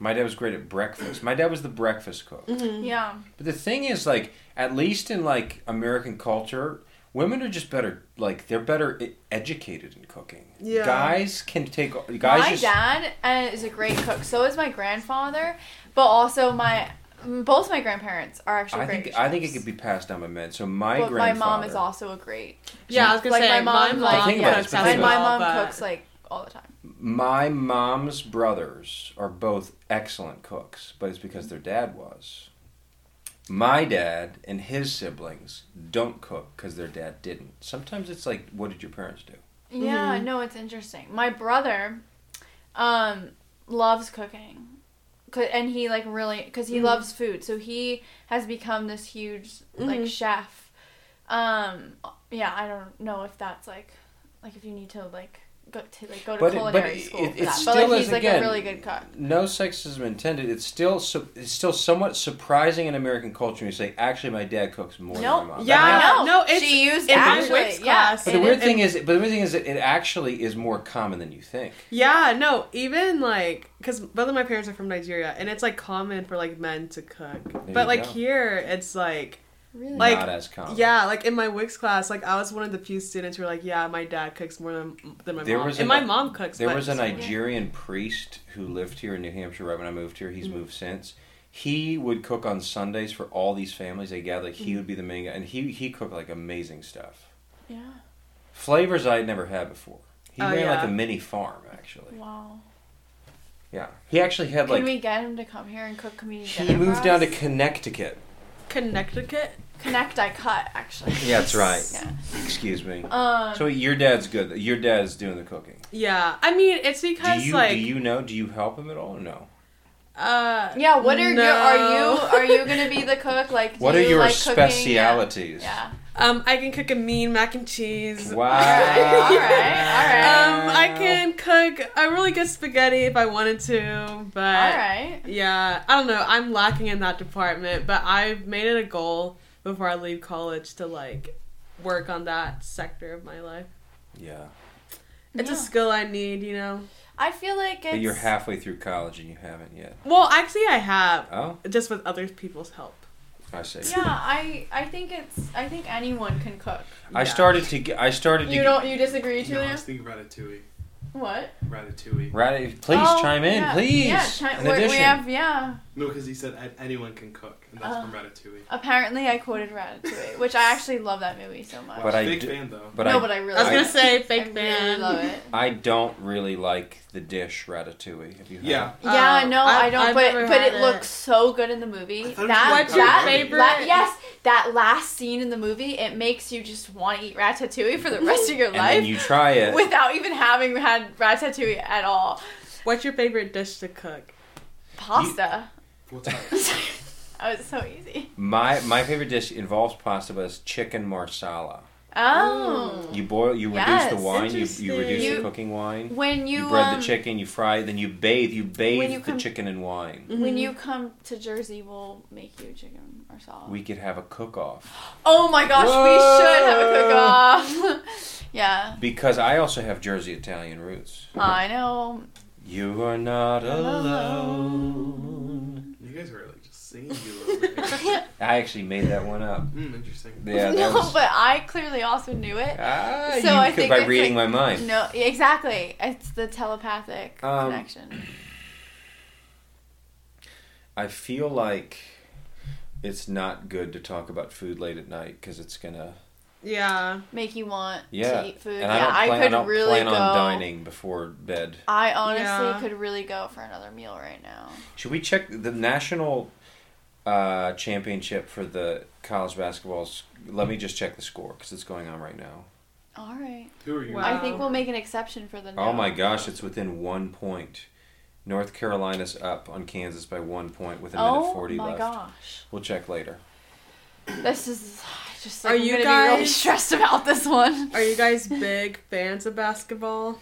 S1: My dad was great at breakfast. My dad was the breakfast cook.
S2: Yeah.
S1: But the thing is, like, at least in like American culture, women are just better. Like, they're better e- educated in cooking.
S3: Yeah.
S1: Guys can take. Guys
S2: my
S1: just.
S2: dad uh, is a great cook. So is my grandfather, but also my both my grandparents are actually
S1: I
S2: great.
S1: think I think it could be passed down by men. So my
S2: but my
S1: grandfather,
S2: mom is also a great.
S3: Yeah, I was gonna
S2: like
S3: say
S2: my mom,
S1: I
S2: like
S1: think
S2: yeah,
S1: about it,
S3: cooks
S1: but
S3: as
S2: my,
S1: think
S2: my
S1: about
S3: well,
S2: mom
S3: but-
S2: cooks like all the time.
S1: My mom's brothers are both excellent cooks, but it's because their dad was. My dad and his siblings don't cook because their dad didn't. Sometimes it's like, what did your parents do?
S2: Yeah,
S1: Mm-hmm.
S2: no, it's interesting. My brother, um, loves cooking, 'Cause- and he like really because
S1: Mm-hmm.
S2: he loves food, so he has become this huge
S1: Mm-hmm.
S2: like chef. Um, yeah, I don't know if that's like, like if you need to like go to like go to
S1: But it- but
S2: culinary
S1: it-
S2: school,
S1: it
S2: for that. but
S1: still
S2: like
S1: is,
S2: he's like
S1: again,
S2: a really good cook.
S1: No sexism intended. It's still su- it's still somewhat surprising in American culture when you say, actually, my dad cooks more
S2: Nope.
S1: than my mom.
S3: Yeah.
S1: That-
S3: no,
S2: no,
S3: no, it's-
S2: she used
S3: it's
S2: actually,
S3: Whips
S2: yeah.
S3: class.
S1: But
S2: it
S1: the weird
S2: is-
S1: thing is, but the weird thing is that it actually is more common than you think.
S3: Yeah, no, even like because both of my parents are from Nigeria, and it's like common for like men to cook,
S1: you
S3: but like
S1: go. Oh.
S3: here it's like
S2: really
S3: like,
S1: Not as common.
S3: yeah, like in my Wix class, like I was one of the few students who were like, yeah, my dad cooks more than than my
S1: There
S3: mom,
S1: was
S3: and
S1: an-
S3: my mom cooks.
S1: There
S3: but-
S1: was a Nigerian priest who lived here in New Hampshire right when I moved here.
S3: Mm-hmm.
S1: He's moved since. He would cook on Sundays for all these families. They gather. Like,
S3: Mm-hmm.
S1: he would be the main guy, and he he cooked like amazing stuff,
S2: yeah.
S1: flavors I had never had before. He
S3: Oh,
S1: ran like
S3: yeah.
S1: a mini farm, actually.
S2: Wow.
S1: Yeah, he actually had
S2: Can
S1: like
S2: we get him to come here and cook community
S1: he
S2: dinner for
S1: moved down to
S2: us?
S1: Connecticut.
S3: Connecticut.
S2: Connect I cut actually.
S1: Yeah, that's right.
S2: Yeah.
S1: Excuse me.
S2: Um,
S1: so your dad's good. Your dad's doing the cooking.
S3: Yeah, I mean it's
S1: Do
S3: because
S1: you
S3: like
S1: do you know? Do you help him at all? Or no.
S3: uh
S2: yeah, what are
S3: no.
S2: your are you are you gonna be the cook? Like, do
S1: What are
S2: you
S1: your
S2: like Cooking?
S1: specialities?
S2: Yeah.
S3: um I can cook a mean mac and cheese.
S1: Wow.
S2: All right, all right,
S3: Um, I can cook a really good spaghetti if I wanted to, but
S2: yeah. All right.
S3: Yeah, I don't know. I'm lacking in that department, but I've made it a goal before I leave college to like work on that sector of my life.
S1: Yeah.
S3: It's a
S2: Yeah.
S3: skill I need, you know.
S2: I feel like it's
S1: But you're halfway through college and you haven't yet.
S3: Well, actually, I have
S1: Oh,
S3: just with other people's help.
S1: I see.
S2: yeah. I I think it's I think anyone can cook.
S1: I started to. Get, I started to.
S2: You don't you disagree,
S5: No, I
S2: Julia?
S5: was thinking Ratatouille.
S2: What?
S5: Ratatouille.
S1: Right, please
S2: Oh,
S1: chime in,
S2: yeah.
S1: please.
S2: Yeah, chi-
S1: in
S2: we-
S1: addition,
S2: we have yeah.
S5: No, because he said "A- anyone can cook, and that's
S2: Oh.
S3: Uh.
S5: from Ratatouille.
S2: Apparently, I quoted Ratatouille, which I actually love that movie so much.
S1: But I
S5: Big
S1: do-
S5: fan though.
S1: but
S2: no,
S1: I,
S2: but I really
S3: I was
S1: I-
S3: gonna say
S2: I
S3: fake
S2: really
S3: man.
S2: love it.
S1: I don't really like the dish ratatouille. Have you? Heard
S5: Yeah.
S2: Yeah,
S3: Um,
S2: no,
S3: I've-
S2: I don't.
S3: I've never
S2: but but
S3: had
S2: it,
S3: it.
S2: looks so good in the movie.
S5: I
S2: That
S5: thought it was
S2: that,
S3: What's your favorite?
S2: la- yes, that last scene in the movie, it makes you just want to eat ratatouille for the rest of
S1: *laughs*
S2: your
S1: And
S2: life
S1: then you try it.
S2: without even having had ratatouille at all.
S3: What's your favorite dish to cook?
S2: Pasta.
S5: What's up?
S2: *laughs* that was so easy.
S1: my my favorite dish involves pasta, but it's chicken marsala.
S2: Oh,
S1: Mm. You boil, you
S2: Yes,
S1: reduce the wine, you, you reduce
S2: interesting.
S1: the
S2: You-
S1: cooking wine.
S2: when you,
S1: You, bread
S2: um,
S1: the chicken, you fry it, then you bathe. You bathe
S2: you
S1: the
S2: come-
S1: chicken in wine.
S3: Mm-hmm.
S2: When you come to Jersey, we'll make you chicken or salad.
S1: We could have a cook off.
S2: oh my gosh, we should have a cook off. *laughs* yeah,
S1: Because I also have Jersey Italian roots.
S2: I know.
S1: You are not alone.
S5: You guys were like just singing you over there.
S1: I actually made that one up.
S5: Mm, interesting.
S1: Yeah, that
S2: *laughs* no,
S1: was.
S2: but I clearly also knew it.
S1: Ah,
S2: So
S1: you
S2: I
S1: could
S2: think
S1: by
S2: it's
S1: reading
S2: like-
S1: my mind.
S2: No, exactly. It's the telepathic
S1: Um,
S2: connection.
S1: I feel like it's not good to talk about food late at night because it's gonna.
S3: Yeah,
S2: Make you want
S1: Yeah,
S2: to eat food.
S1: and I
S2: yeah,
S1: don't
S2: I,
S1: plan, I
S2: could
S1: don't
S2: really
S1: plan
S2: go.
S1: on dining before bed.
S2: I honestly
S3: Yeah.
S2: could really go for another meal right now.
S1: Should we check the national uh, championship for the college basketball? s- Let me just check the score because it's going on right now.
S2: All right.
S5: Who are you?
S3: Wow.
S2: I think we'll make an exception for the. No.
S1: Oh my gosh, it's within one point. North Carolina's up on Kansas by one point with a minute
S2: Oh
S1: 40
S2: my
S1: left.
S2: gosh.
S1: We'll check later.
S2: This is just. Like,
S3: Are
S2: I'm
S3: you
S2: gonna be really
S3: guys-
S2: stressed about this one?
S3: are you guys big *laughs* fans of basketball?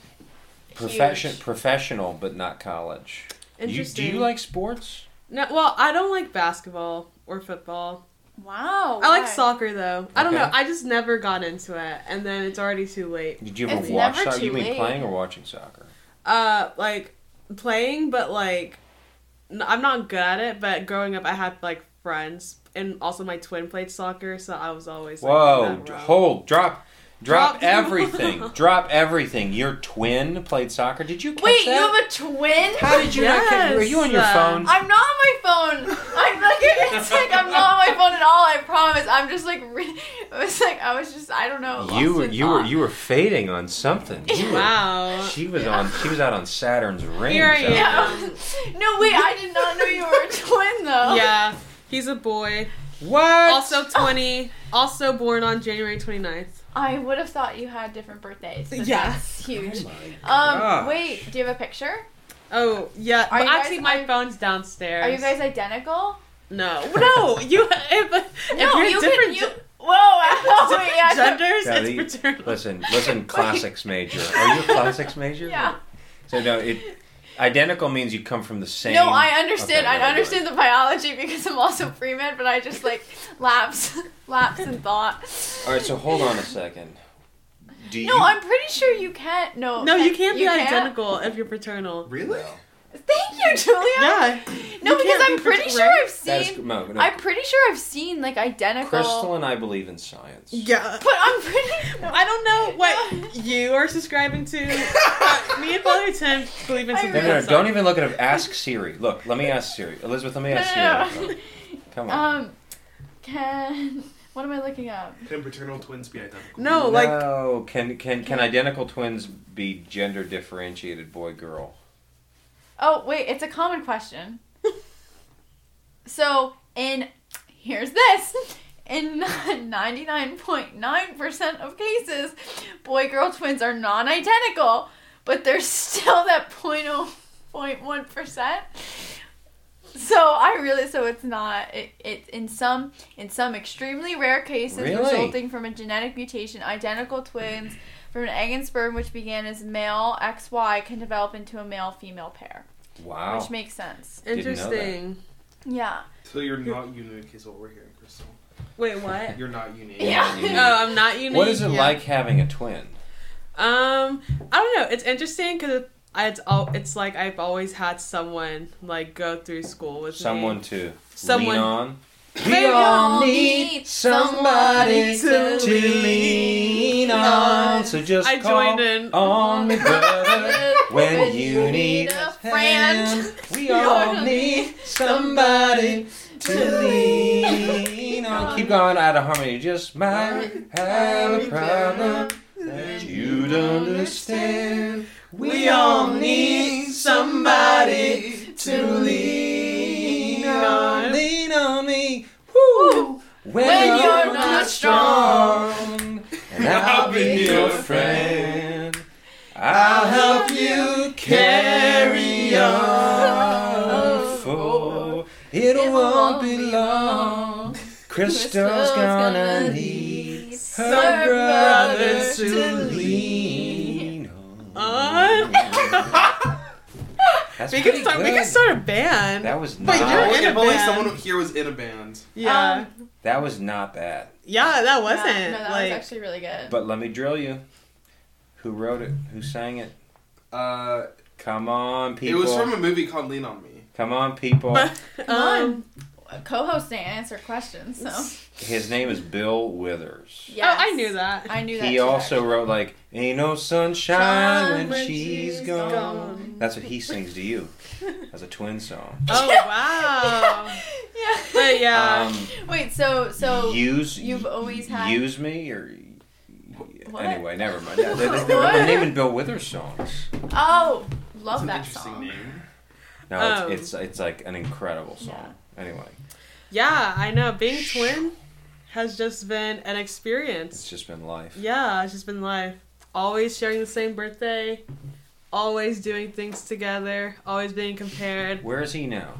S1: Profession,
S2: Huge.
S1: professional, but not college. You, do
S3: Interesting.
S1: you like sports?
S3: No, well, I don't like basketball or football.
S2: Wow.
S3: I like
S2: why?
S3: soccer though. I don't
S1: Okay.
S3: know. I just never got into it, and then it's already too late.
S1: Did you ever
S2: It's
S1: watch
S2: never
S1: soccer?
S2: too
S1: You mean
S2: late.
S1: playing or watching soccer?
S3: Uh, like playing, but like n- I'm not good at it. But growing up, I had like friends, and also my twin played soccer, so I was always. Like, in
S1: Whoa!
S3: that
S1: d-
S3: row.
S1: Hold, drop, Drop
S3: Drop
S2: *laughs*
S3: the
S1: everything. Drop everything. Your twin played soccer. Did you catch
S2: Wait, you
S1: that?
S2: have a twin?
S1: How did you not catch? Are you on your
S3: Yes.
S1: phone?
S2: I'm not on my phone. I'm like, it's like I'm not on my phone at all. I promise. I'm just like, re- it was like I was just I don't know. lost
S1: you were
S2: in
S1: you were
S2: thought.
S1: you were fading on something. You were-
S3: Wow.
S1: She was on. She was out on Saturn's rings.
S3: Here I am.
S1: out
S2: Yeah. no, wait. I did not know you were a twin though.
S3: Yeah, he's a boy.
S1: there. What?
S3: Also 20. Also born on January 29th.
S2: I would have thought you had different birthdays. but
S3: Yeah.
S2: That's
S1: Oh
S2: huge. um.
S1: gosh.
S2: Wait. Do you have a picture?
S3: Oh, yeah.
S2: Are
S3: but
S2: you guys-
S3: actually, my
S2: are-
S3: phone's downstairs.
S2: Are you guys identical?
S3: No. *laughs* No, you. If, if
S2: no.
S3: you're
S2: you
S3: different,
S2: can. You,
S3: gen-
S2: whoa. *laughs* Oh,
S3: different
S1: *laughs*
S2: yeah.
S3: *laughs* genders,
S1: Yeah, the-
S3: it's fraternal.
S2: *laughs*
S1: Listen, listen, classics major. Are you a classics major?
S2: Yeah.
S1: So no, it identical means you come from the same.
S2: No, I understand.
S1: Okay,
S2: I
S1: never mind.
S2: understand the biology because I'm also pre med, but I just like *laughs* lapse, lapse in thought.
S1: All right, so hold on a second. Do
S2: No,
S1: you?
S2: I'm pretty sure you can't. No,
S3: No, you
S2: that-
S3: can't be identical if you're fraternal.
S5: Really?
S2: Thank you, Julia.
S3: Yeah.
S2: no,
S3: you
S2: because
S3: can't
S2: I'm
S3: be
S2: pretty
S3: fraternal,
S2: sure
S3: right?
S2: I've
S1: That's,
S2: seen.
S1: no, no.
S2: I'm pretty sure I've seen like identical.
S1: Crystal and I believe in science.
S3: Yeah.
S2: But I'm pretty.
S3: *laughs* I don't know what you are
S2: *laughs*
S3: subscribing to. but me and Father Tim believe in
S2: I
S3: something
S1: No, no, no,
S3: else.
S1: don't even look at it. Ask Siri. Look, let me ask Siri. Elizabeth, let me ask
S2: No, no,
S1: Siri.
S3: *laughs*
S2: no.
S1: Come on.
S2: Um, can what am I looking up?
S5: Can paternal twins be identical?
S3: No, like
S1: no, can can can identical twins be gender differentiated boy girl?
S2: Oh wait, it's a common question. so in here's this. In *laughs* 99.9% of cases, boy girl twins are non identical, but there's still that 0.0.1%. So I really, so it's not, it, it in some, in some extremely rare cases
S1: Really?
S2: resulting from a genetic mutation, identical twins from an egg and sperm which began as male XY can develop into a male female pair,
S1: Wow.
S2: which makes sense.
S1: Didn't know that.
S3: interesting.
S2: Yeah.
S5: So you're not unique, is what we're hearing, Crystal.
S3: Wait, what? *laughs*
S5: You're not unique.
S2: Yeah.
S1: Yeah.
S3: Oh, I'm not unique.
S1: What is it
S3: yeah.
S1: like having a twin?
S3: Um, I don't know. It's interesting because it's all. It's like I've always had someone like go through school with me.
S1: Someone to
S3: Someone-
S1: lean on.
S3: We all
S2: need somebody
S3: to lean on.
S1: So just
S3: I
S1: call
S3: joined in.
S1: on
S2: *laughs*
S1: me, brother, when you need a friend.
S2: *laughs*
S1: *laughs* We all need somebody to lean on. Keep going out of harmony. You Just might have a problem that you don't understand. We all need somebody to lean on.
S5: *laughs*
S1: Lean on me. Woo. When,
S2: When
S1: you're,
S2: you're
S1: not
S2: not
S1: strong, and I'll be your friend. I'll help you carry on. For it won't be long. Crystal's gonna need her brother to lean on.
S3: On.
S1: That's
S3: Uh, *laughs*
S1: pretty
S3: we can start. We
S1: good.
S3: can start a band.
S1: That was not.
S5: But you're
S3: you're in
S5: if
S3: a
S5: only
S3: band.
S5: someone here was in a band.
S3: yeah.
S2: Um,
S1: that was not bad.
S3: yeah, that
S2: yeah,
S3: wasn't
S2: no, that
S3: like.
S2: was actually really good.
S1: But let me drill you. Who wrote it? Who sang it?
S5: Uh,
S1: Come on,
S5: it
S1: people.
S5: was from a movie called Lean on Me.
S1: Come on,
S3: *laughs*
S1: people.
S3: um,
S2: Co host didn't answer questions, so.
S1: His name is Bill Withers.
S2: Yes.
S3: Oh, I knew that.
S2: I knew that.
S1: He
S2: too,
S1: also
S2: actually.
S1: wrote like "Ain't No Sunshine When, she's, gone. That's what
S2: *laughs*
S1: he sings to you as a twin song.
S3: *laughs* oh wow.
S2: *laughs* Yeah.
S3: Oh. But yeah.
S1: *laughs* um,
S2: Wait, so, so.
S1: use
S2: you've always had-
S1: use me or
S2: What?
S1: anyway, never mind. Yeah, they, they, they
S2: *laughs* What?
S1: were naming Bill Withers songs.
S2: Oh, love
S5: That's
S2: that
S5: an interesting
S2: song.
S5: name.
S1: No,
S2: Oh.
S3: Um.
S1: it's, it's it's like an incredible song. Anyway,
S3: yeah, I know. Being twin has just been an experience.
S1: it's just been life.
S3: Yeah, it's just been life. Always sharing the same birthday, always doing things together, always being compared.
S1: Where is he now?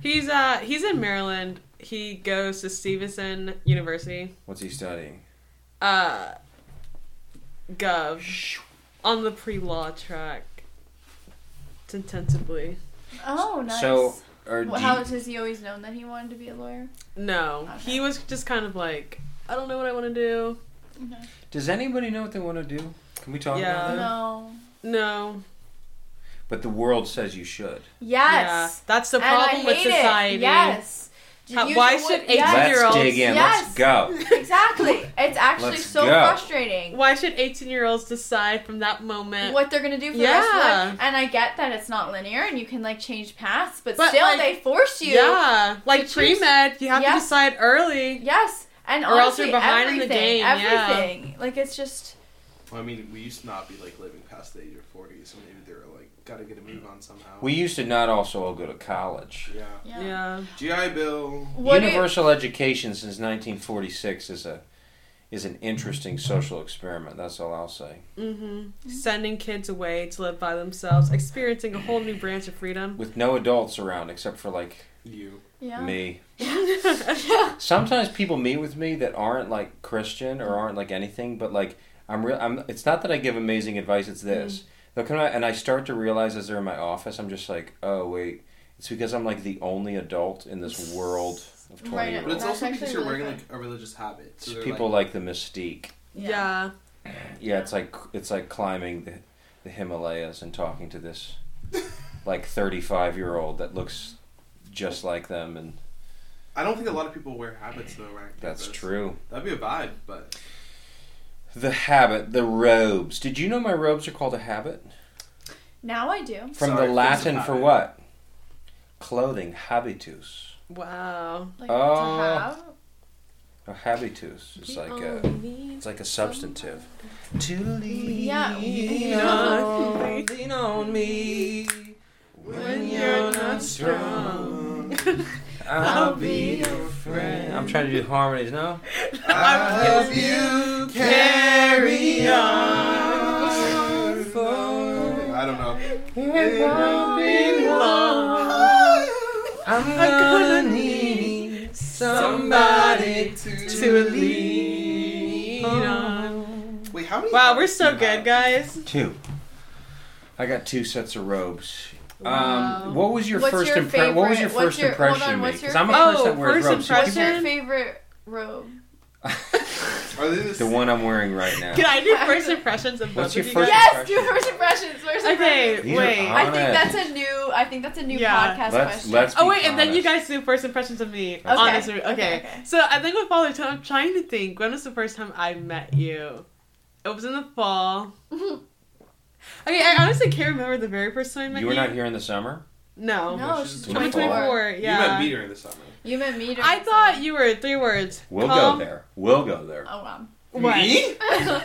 S3: He's uh he's in Maryland. He goes to Stevenson University.
S1: What's he studying?
S3: Uh Gov on the pre law track. Intensively.
S2: Oh, nice.
S1: So, or do
S2: Well, how
S1: you,
S2: has he always known that he wanted to be a lawyer?
S3: No.
S2: Okay.
S3: He was just kind of like, I don't know what I want to do.
S1: does anybody know what they want to do? Can we talk
S3: Yeah.
S1: about that?
S2: no.
S3: No.
S1: But the world says you should.
S2: Yes.
S3: Yeah. That's the
S2: And I
S3: problem with
S2: hate it.
S3: *laughs* society.
S2: Yes.
S3: How-
S2: Use
S3: why
S2: your wood-
S3: should
S2: yes.
S3: 18 year
S1: Let's
S3: olds
S1: dig in. Let's
S2: Yes.
S1: go.
S2: Exactly. It's actually
S1: Let's
S2: so
S1: go.
S2: frustrating.
S3: Why should 18 year olds decide from that moment?
S2: what they're gonna do for the rest of their
S3: Yeah.
S2: life. And I get that it's not linear and you can like change paths, but,
S3: But,
S2: still
S3: like,
S2: they force you.
S3: yeah, like
S2: choose-
S3: pre med, you have
S2: Yeah.
S3: to decide early.
S2: Yes. And
S3: Or else
S2: honestly,
S3: you're behind in the
S2: everything,
S3: game, yeah.
S2: Everything. Like it's just
S5: Well, I mean, we used to not be like living past the age of forty, so maybe they were like, gotta get a move on somehow.
S1: We used to not also all go to college.
S5: yeah.
S2: yeah.
S5: GI Bill.
S2: What do you-
S1: Universal education since 1946 is a is an interesting social experiment. That's all I'll say.
S3: Mm-hmm. Sending kids away to live by themselves, experiencing a whole new branch of freedom.
S1: With no adults around except for like
S5: You.
S2: yeah.
S1: me.
S2: *laughs* Yeah.
S1: Sometimes people meet with me that aren't like Christian or aren't like anything, but like I'm real. I'm. It's not that I give amazing advice. It's
S2: Mm-hmm.
S1: this. They'll come out and I start to realize as they're in my office, I'm just like, oh wait, it's because I'm like the only adult in this world of twenty
S2: Right.
S1: year
S5: But it's
S1: olds.
S2: That's
S5: also because
S2: actually
S5: you're
S2: really
S5: wearing
S2: fun.
S5: like a religious habit. So they're,
S1: People
S5: like,
S1: like the mystique.
S3: *laughs* Yeah.
S1: Yeah, it's like it's like climbing the, the Himalayas and talking to
S5: *laughs*
S1: this like 35 year old that looks just like them, and
S5: I don't think a lot of people wear habits though, right?
S1: that's true.
S5: That'd be a vibe, but
S1: The habit, the robes. Did you know my robes are called a habit
S2: Now I do.
S1: from
S5: Sorry,
S1: the
S5: what's a
S1: Latin for
S5: habit?
S1: what? Clothing, habitus.
S3: Wow.
S2: Like
S1: Oh.
S2: to have
S1: A habitus is like a it's like a substantive. To lean
S2: Yeah.
S1: uh, on, lean *laughs* on me
S3: When you're not
S5: *laughs*
S3: strong.
S1: I'll be your friend. I'm trying to do harmonies now.
S5: As
S3: you
S5: carry
S1: on
S5: I don't know.
S1: It won't be long. I'm gonna need somebody to
S5: Oh.
S1: lean on.
S5: Wait, how many?
S3: Wow, we're so
S5: do you
S3: good,
S5: have?
S3: guys.
S1: Two. I got two sets of robes.
S3: Wow.
S1: Um, what was your
S2: What's
S1: first
S2: your
S1: impression? What was your
S2: favorite- what's
S1: first
S2: your- hold
S1: impression?
S2: on,
S1: of me?
S2: what's your
S1: 'Cause I'm a
S3: favorite-
S1: person that
S3: Oh,
S1: wears
S3: first
S1: robes. so
S2: What's your
S3: Person?
S2: favorite robe?
S5: Are they the
S1: *laughs* the one I'm wearing right now.
S3: Can I do first impressions of
S1: What's
S3: both of
S1: your
S3: you
S1: first-
S2: Yes,
S3: guys?
S2: do first impressions. First
S3: Okay,
S2: impressions.
S1: These are
S3: wait.
S1: awesome.
S2: I think
S1: Honest.
S2: that's a new I think that's a new
S3: Yeah.
S2: podcast
S1: let's
S2: question.
S1: let's.
S3: Oh
S1: be
S3: wait, and then you
S1: honest.
S3: guys do first impressions of me.
S1: Okay.
S3: Honestly, okay.
S2: Okay, okay.
S3: So I think with Father Tom, I'm trying to think. When was the first time I met you? It was in the fall. Okay, I honestly can't remember the very first time I met you.
S1: You were not here in the summer.
S2: *laughs*
S3: No.
S2: no, she's
S5: she's
S1: 24.
S2: 24.
S3: 2024.
S5: You
S3: Yeah.
S5: met me during the summer.
S2: You meant me. during
S3: I
S2: the
S3: thought
S2: summer.
S3: you were three words.
S1: We'll
S3: calm-
S1: go there. We'll go there.
S2: Oh wow.
S3: What?
S5: Me?
S3: I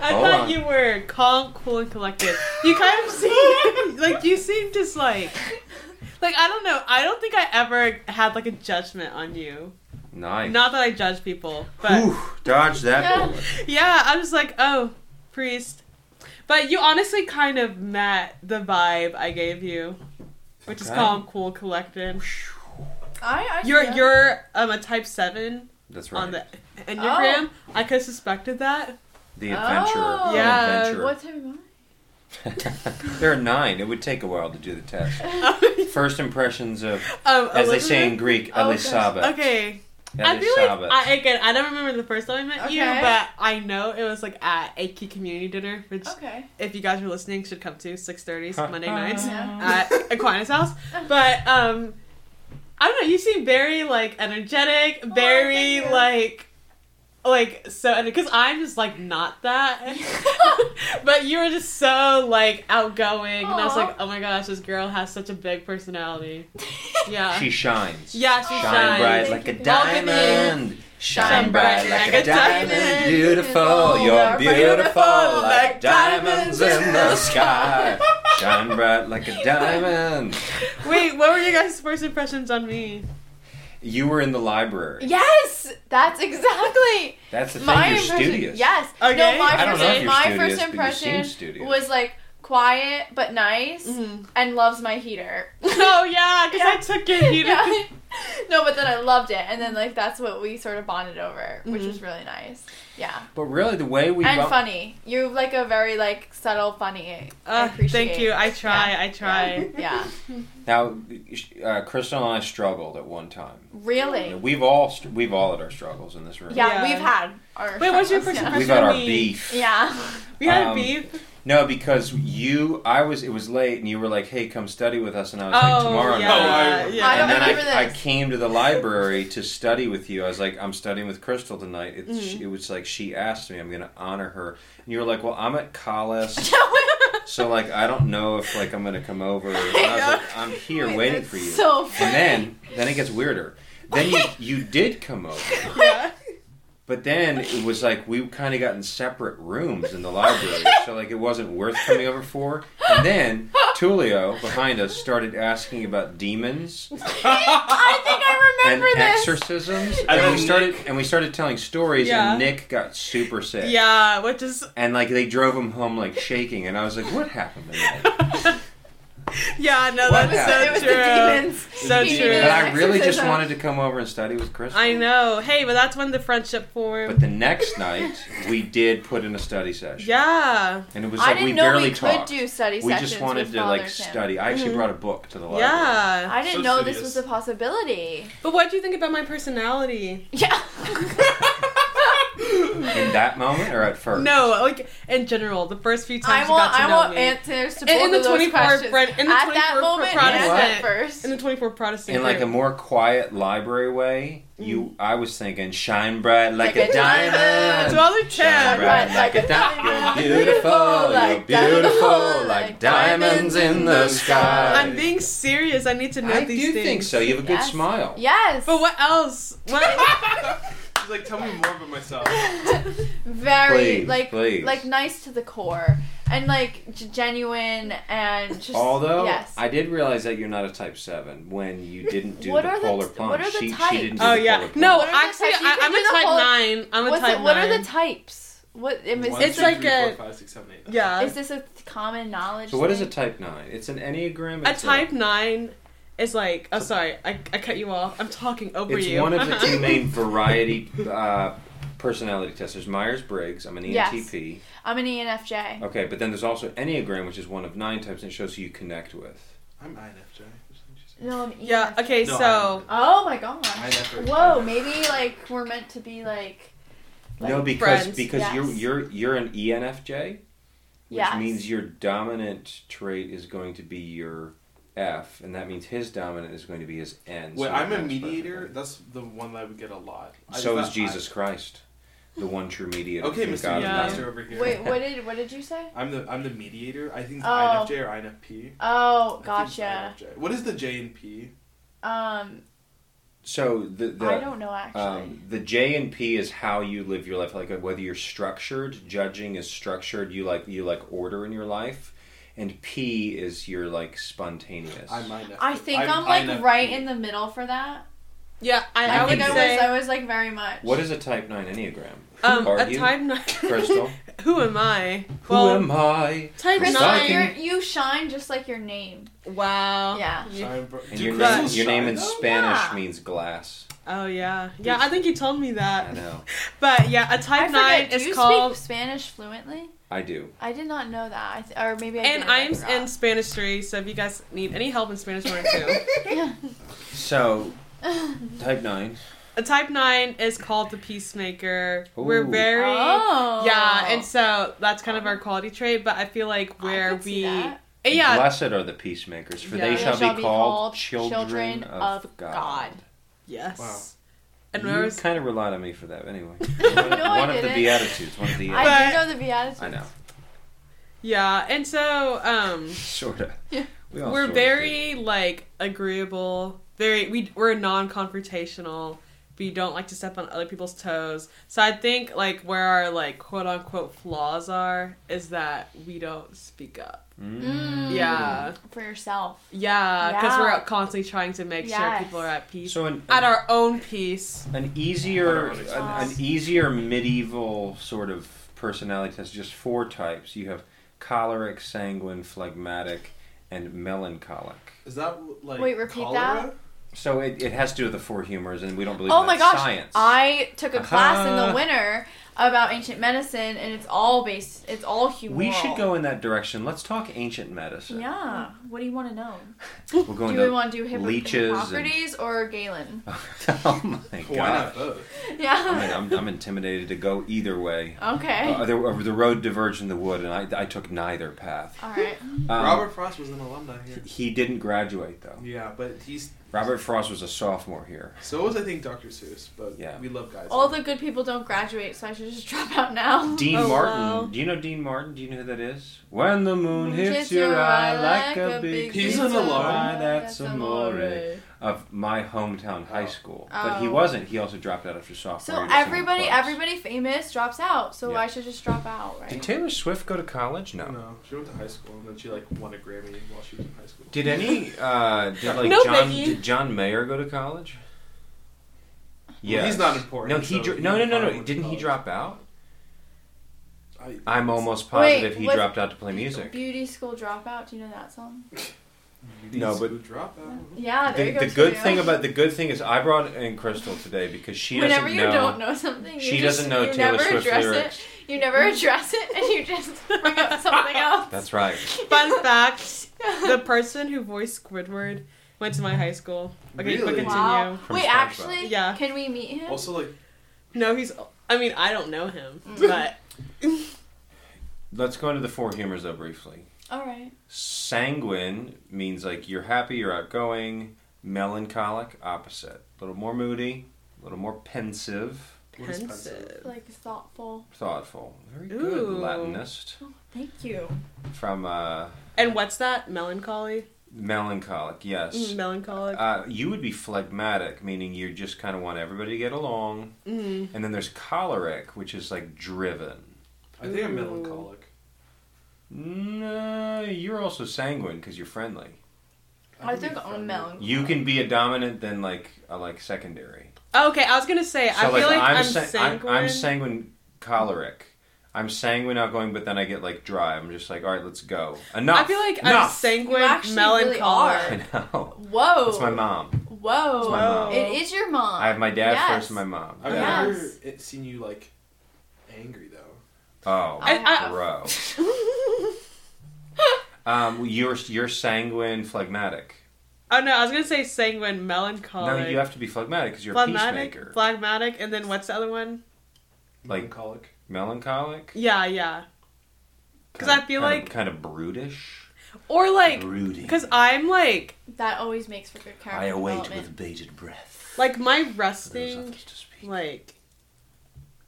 S1: Hold
S3: thought
S1: on.
S3: you were calm, cool, and collected. You kind
S1: *laughs*
S3: of seem like you seem just like like I don't know. I don't think I ever had like a judgment on you.
S1: Nice.
S3: Not that I judge people, but
S1: Ooh, dodge that
S2: Yeah.
S1: bullet.
S3: yeah, I was like, oh, priest. But you honestly kind of met the vibe I gave you, which is
S1: Okay.
S3: calm, cool, collected.
S2: I, I
S3: You're
S2: yeah.
S3: you're um a type seven
S1: That's right.
S3: on the enneagram. I could have suspected that.
S1: The adventurer.
S2: Oh.
S1: the
S3: Yeah.
S1: adventurer.
S2: What time am
S1: *laughs* there are nine. It would take a while to do the test.
S3: *laughs* um,
S1: First impressions of, as they say in
S3: Elizabeth?
S1: Greek,
S2: Oh, okay.
S1: Elisabeth.
S3: Okay, I feel
S1: Elisabeth.
S3: like I, again, I don't remember the first time I met you,
S2: Okay.
S3: but I know it was like at a key community dinner, which
S2: I? Okay. Uh,
S3: if you guys are listening, should come to six thirty Monday nights
S2: Yeah.
S3: at Aquinas House. But um, I don't know. You seem very like energetic, very
S2: Oh, thank you.
S3: like. Like so, because I'm just like
S2: *laughs*
S3: not that, but you were just so like outgoing, and I was
S2: Aw.
S3: like, oh my gosh, this girl has such a
S2: *laughs*
S3: big personality.
S2: uh,
S3: Yeah,
S1: she shines.
S3: yeah, she
S2: Shine
S1: Shine
S3: shines.
S1: bright
S2: Thank
S1: like a
S2: you.
S1: diamond. Shine bright like a diamond.
S2: Oh,
S1: Beautiful, you're beautiful like diamonds in the sky. Shine bright like a diamond.
S3: Wait, what were your guys' first impressions on me?
S1: You were in the library.
S2: Yes, that's exactly
S1: That's the thing.
S2: my
S1: You're
S2: impression.
S1: studious.
S2: Yes.
S3: Okay.
S2: No, my
S1: I don't
S2: first,
S1: know if you're
S2: my
S1: studious,
S2: first
S1: but you seem
S2: impression
S1: studious.
S2: was like quiet but nice and loves my
S3: *laughs*
S2: heater.
S3: Oh yeah, because I took it. You
S2: Mm-hmm. Yeah.
S3: didn't.
S2: no, but then I loved it, and then like that's what we sort of bonded over, which
S3: Mhm.
S2: was really nice. Yeah,
S1: But really, the way we
S2: and
S1: bump-
S2: funny. You're like a very like subtle funny. I
S3: Uh,
S2: appreciate.
S3: thank you. I try. I try.
S2: *laughs* Yeah,
S1: Now, uh, Crystal and I struggled at one time.
S2: really.
S1: We've all st- we've all had our struggles in this room.
S2: Yeah,
S3: Yeah.
S2: we've had our.
S3: Wait, what's your
S2: struggles,
S3: first
S2: yeah.
S1: We've had our
S3: Yeah.
S1: beef.
S2: *laughs* Yeah.
S3: We had
S1: Um,
S3: a beef.
S1: No, because you, I was. It was late, and you were like, "Hey, come study with us," and I was
S3: Oh,
S1: like, "Tomorrow
S3: yeah,
S1: night."
S5: I-
S3: yeah.
S2: I
S1: and
S2: don't
S1: then
S2: remember
S1: I, I
S2: this.
S1: came to the library to study with you. I was like, I'm studying with Crystal tonight. It's,
S2: Mm-hmm.
S1: she, it was like she asked me. I'm going to honor her. And you were like, Well, I'm at Collis, so like I don't know if like I'm going to come over. And *laughs* I was like, I'm here
S2: Wait,
S1: waiting
S2: that's
S1: for you.
S2: So funny.
S1: and
S2: *laughs*
S1: then then it gets weirder. Then you you did come over,
S2: *laughs*
S3: Yeah.
S1: but then it was like we kind of got in separate rooms in the library, so like it wasn't worth coming over for. And then Tulio behind us started asking about demons
S2: I think
S1: *laughs*
S2: I
S1: and
S2: *laughs* remember this.
S1: exorcisms, and,
S4: then
S1: we started and we started telling stories,
S3: Yeah.
S1: and Nick got super sick.
S3: yeah, what does
S1: And like they drove him home like shaking, and I was like, "What happened?" To
S2: *laughs*
S1: that?
S3: *laughs* Yeah, no,
S1: What
S3: that's so
S1: happened?
S2: it was
S3: true.
S2: the demons.
S3: So
S2: He
S3: true.
S2: needed
S1: But
S3: Yeah,
S1: I really just
S2: exorcism.
S1: wanted to come over and study with Chris.
S3: I know. Hey, but that's when the friendship formed.
S1: But the next night we did put in a study session.
S3: yeah.
S1: And it was
S2: I
S1: like
S2: didn't
S1: we
S2: know
S1: barely
S2: we
S1: talked.
S2: could do study
S1: we
S2: sessions
S1: just wanted
S2: with
S1: to like
S2: Father Tim.
S1: study. I actually brought a book to the library.
S3: Yeah.
S2: I didn't
S5: So
S2: know this
S5: serious.
S2: was a possibility.
S3: *laughs* But what do you think about my personality?
S2: Yeah.
S1: In that moment or at first?
S3: No, like in general, the first few times
S2: I
S3: you
S2: want
S3: got to
S2: I
S3: know
S2: want
S3: me.
S2: answers to
S3: In-
S2: both
S3: in the
S2: of those
S3: 24
S2: questions.
S3: Bren- in the
S2: At that
S3: 24
S2: moment,
S3: Protestant.
S2: yes, at first.
S3: in the 24 Protestant
S1: In like a
S3: *laughs* group.
S1: more quiet library way,
S3: Mm.
S1: you I was thinking shine bright like, a, diamond.
S3: to all the
S1: Shine
S3: chat.
S1: bright like a diamond. You're beautiful, you're beautiful like diamonds in the sky.
S3: I'm being serious. I need to know
S1: I
S3: these
S1: do
S3: things.
S1: think so. You have a good
S2: Yes.
S1: smile.
S2: Yes. *laughs*
S3: But what else?
S1: *laughs*
S3: What?
S5: *laughs* She's like, tell me more about myself.
S2: Very
S1: Please,
S2: like
S1: please.
S2: like nice to the core and like g- genuine and just
S1: Although
S2: yes.
S1: I did realize that you're not a type seven when you didn't do
S2: What
S1: the
S2: are the-
S1: polar
S2: what
S1: plunge.
S2: are the
S1: she,
S2: types?
S1: she didn't do
S3: oh
S1: the
S3: yeah.
S1: polar plunge.
S3: No,
S2: What are the
S3: actually,
S2: types? You
S3: I,
S2: can
S3: I'm
S2: do
S3: a
S2: the
S3: type
S2: whole-
S3: nine. I'm a
S2: What's
S3: type
S2: it, what
S3: nine.
S2: are the types? What am- is,
S5: One,
S3: It's
S5: two,
S2: this,
S3: like
S5: three,
S3: a-
S5: four, five, six, seven, eight, nine.
S3: Yeah.
S2: is this a common knowledge?
S1: So what is
S2: thing?
S1: a type nine? It's an enneagram.
S3: a
S1: It's
S3: type nine is like. Oh, sorry. I, I cut you off. I'm talking over
S1: It's
S3: you.
S1: one
S2: *laughs*
S1: of the two main variety uh, personality tests. There's Myers Briggs. I'm an E
S2: Yes.
S1: ENTP.
S2: I'm an E ENFJ.
S1: Okay, but then there's also Enneagram, which is one of nine types, and it shows who you connect with.
S5: I'm INFJ. or something she said.
S2: No, I'm E ENFJ.
S3: *laughs* Yeah. Okay.
S5: No,
S3: so. um,
S2: Oh my gosh.
S5: INFJ.
S2: Whoa, maybe like we're meant to be like
S1: no,
S2: Like
S1: because
S3: friends,
S1: because
S2: yes.
S1: you're you're you're an E ENFJ, which
S2: Yes.
S1: means your dominant trait is going to be your F, and that means his dominant is going to be his N.
S5: Wait,
S1: so
S5: I'm
S1: it
S5: a
S1: matches
S5: mediator.
S1: perfectly.
S5: That's the one that I would get a lot. I
S1: So is
S5: just thought I-
S1: Jesus Christ, the one true mediator.
S5: Okay,
S1: between
S5: Mr.
S1: God and
S3: Yeah.
S1: man.
S5: Master over here.
S2: Wait, what did what did you say?
S5: I'm the I'm the mediator. I think it's
S2: Oh.
S5: INFJ or INFP.
S2: Oh,
S5: I think it's
S2: gotcha.
S5: INFJ. What is the J and P?
S2: Um,
S1: So the the
S2: I don't know actually.
S1: Um, the J and P is how you live your life, like whether you're structured. Judging is structured. You like you like order in your life, and P is your like spontaneous.
S5: I'm INFJ.
S2: I think I'm, like right in the middle for that.
S3: Yeah. I,
S1: I
S3: I, would
S2: think I
S3: say.
S2: was I was like very much.
S1: what is a Type Nine Enneagram? Who
S3: um,
S1: are
S3: a
S1: you?
S3: type nine. *laughs*
S1: Crystal?
S3: Who am I?
S1: Who am I?
S3: Type
S1: Crystal,
S3: nine.
S2: Crystal,
S1: Shine.
S2: you're, you shine just like your name.
S3: Wow.
S2: Yeah.
S3: You-
S5: Shine, bro.
S1: And
S5: Do
S1: your name,
S5: crystals
S1: your name in
S5: shine, though?
S1: Spanish
S2: Yeah.
S1: means glass.
S3: Oh yeah. Yeah. I think you told me
S1: I
S3: that.
S1: know.
S3: But yeah, a
S2: I
S3: type nine
S2: forget. Do
S3: is
S2: you
S3: called.
S2: speak Spanish fluently?
S1: I do.
S2: I did not know that. I th- or maybe I
S3: And
S2: did.
S3: I'm
S2: forgot.
S3: in Spanish three, so if you guys need any help in Spanish one or two,
S2: *laughs*
S1: So Type Nine.
S3: a type nine is called the peacemaker. We're
S1: Ooh.
S3: very
S2: Oh.
S3: yeah, and so that's kind of our quality trait. But I feel like
S2: I
S3: where
S2: could see
S3: we
S2: that.
S3: yeah
S1: Blessed are the peacemakers, for
S3: Yeah.
S1: they
S3: They
S1: shall,
S2: shall
S1: be,
S2: be
S1: called
S2: called
S1: children,
S2: children
S1: of,
S2: of
S1: God.
S2: God.
S3: yes.
S5: Wow.
S3: And
S1: you
S3: where was
S1: kind of relied on me for that,
S3: *laughs*
S1: anyway.
S2: No,
S1: One,
S2: I
S1: one of the
S2: didn't.
S1: Beatitudes. One of the.
S2: I *laughs*
S1: I,
S3: But-
S2: do know the Beatitudes.
S1: know,
S3: yeah, and so um,
S1: sorta.
S2: Yeah.
S1: We all
S3: we're
S1: sorta
S3: very like agreeable. Very we we're non-confrontational. We don't like to step on other people's toes. So I think like where our like quote unquote flaws are is that we don't speak up.
S1: do. Mm.
S2: Mm,
S3: Yeah.
S2: For yourself.
S3: Yeah, because
S2: Yeah.
S3: we're constantly trying to make
S2: Yes.
S3: sure people are at peace.
S1: So an,
S3: at our own peace.
S1: an easier,
S5: I don't
S1: an,
S5: know
S2: what
S1: an
S2: it's
S1: easier medieval sort of personality test. Just four types. You have choleric, sanguine, phlegmatic, and melancholic.
S5: Is that like
S2: Wait, repeat
S5: cholera?
S1: So it, it has to do with the four humors, and we don't believe
S2: Oh
S1: in
S2: my
S1: that
S2: gosh!
S1: science.
S2: I took a class in
S1: Aha.
S2: the winter about ancient medicine, and it's all based. It's all humoral.
S1: We should go in that direction. Let's talk ancient medicine.
S2: Yeah. What do you want to know?
S1: We're going
S2: do we
S1: to.
S2: want to do Hippo-
S1: leeches and-
S2: Hippocrates or Galen?
S1: *laughs*
S2: *laughs*
S1: oh my
S5: Why
S1: god!
S5: not both?
S1: I mean,
S2: Yeah.
S1: I'm, I'm intimidated to go either way.
S2: Okay.
S1: Uh, the, uh, the road diverged in the wood, and I, I took neither path.
S2: all right.
S1: Um,
S5: Robert Frost was an alumni here.
S1: He didn't graduate though.
S5: Yeah, but he's
S1: Robert Frost was a sophomore here.
S5: so was I think Dr. Seuss, but
S1: Yeah.
S5: we love guys.
S2: All the good people don't graduate, so I should just *laughs* drop out now.
S1: Dean
S3: Oh,
S1: Martin.
S3: wow.
S1: Do you know Dean Martin? Do you know who that is? When the moon hits your eye like a big
S5: He's
S1: pizza
S5: an alarm.
S1: pie, That's amore of my hometown high school. But he
S2: Oh.
S1: wasn't. He also dropped out after sophomore.
S2: So
S1: year to sing in
S2: everybody,
S1: clubs.
S2: everybody famous drops out. So
S1: Yeah.
S2: I should just drop out,
S1: Did
S2: right?
S1: Taylor Swift go to college? No.
S5: No, she went to high school and then she like won a Grammy while she was in high school.
S1: Did any? Uh, did like
S3: No,
S1: John?
S3: Biggie.
S1: Did John Mayer go to college?
S5: Well, he's not important,
S1: No, he.
S5: so
S1: dro-
S5: he
S1: no, no, no,
S5: probably
S1: no.
S5: went to
S1: Didn't he
S5: college.
S1: drop out?
S5: I,
S1: I'm almost
S2: Wait,
S1: positive he
S2: was-
S1: dropped out to play music.
S2: Beauty school dropout. Do you know that song?
S1: No, but-
S5: drop out.
S2: Yeah, there
S1: the,
S2: you go.
S1: the good
S2: Taylor.
S1: thing about the good thing is I brought in Crystal today because she
S2: whenever
S1: doesn't
S2: you
S1: know.
S2: don't know something, you
S1: she
S2: just-
S1: doesn't know
S2: you
S1: Taylor
S2: never
S1: Swift
S2: address
S1: lyrics.
S2: it. You never address it, and you *laughs* just bring up something else. *laughs*
S1: That's right.
S3: Fun fact: the person who voiced Squidward went to my high school. Okay, but
S5: Really?
S3: continue.
S2: wow.
S1: From
S2: Wait,
S1: SpongeBob.
S2: actually,
S3: Yeah.
S2: can we meet him?
S5: Also, like
S3: No, he's. I mean, I don't know him,
S2: Mm.
S3: but
S1: Let's go into the four humors though briefly.
S2: All right.
S1: Sanguine means like you're happy, you're outgoing. Melancholic, opposite. A little more moody, a little more pensive,
S5: What is
S3: pensive.
S2: Like thoughtful.
S1: thoughtful. Very good
S3: Ooh.
S1: Latinist
S2: Thank you.
S1: from uh,
S3: And what's that? Melancholy.
S1: melancholic. Yes.
S3: Mm, melancholic.
S1: Uh, you would be phlegmatic, meaning you just kind of want everybody to get along.
S3: mm.
S1: And then there's choleric, which is like driven.
S5: I think I'm
S3: Ooh.
S5: melancholic.
S1: No, you're also sanguine because you're friendly.
S2: I
S5: can be
S2: think I'm
S5: friendly.
S2: melancholic.
S1: You can be a dominant than like a like secondary.
S3: okay, I was gonna say. I feel like, I'm,
S1: sa-
S3: sanguine.
S1: I'm, I'm sanguine choleric. I'm sanguine outgoing, but then I get like dry. I'm just like, all right, let's go. Enough.
S3: I feel like I'm
S1: enough.
S3: sanguine,
S2: You actually really
S3: melancholic.
S2: are.
S1: *laughs* I know.
S2: Whoa.
S1: It's my mom.
S2: Whoa.
S1: It's my mom.
S2: It is *laughs* your mom.
S1: I have my dad
S2: Yes.
S1: first, and my mom.
S3: Oh,
S5: I've
S2: Yeah.
S5: never
S2: Yes.
S5: it- seen you like angry though.
S1: Oh,
S2: I have.
S1: bro. Um, you're you're sanguine, phlegmatic.
S3: *laughs* oh no, I was gonna say sanguine, melancholic.
S1: No, you have to be phlegmatic because you're a peacemaker.
S3: Oh, phlegmatic, phlegmatic, and then what's the other one?
S1: Like-
S5: Melancholic.
S1: Melancholic.
S3: Yeah, yeah. 'Cause I feel like-
S1: kind of brutish,
S3: Or like,
S1: brooding.
S3: because I'm like,
S2: That always makes for good character
S1: I await
S2: development.
S1: with bated breath.
S3: like my
S1: for those
S3: resting,
S1: others to speak.
S3: like,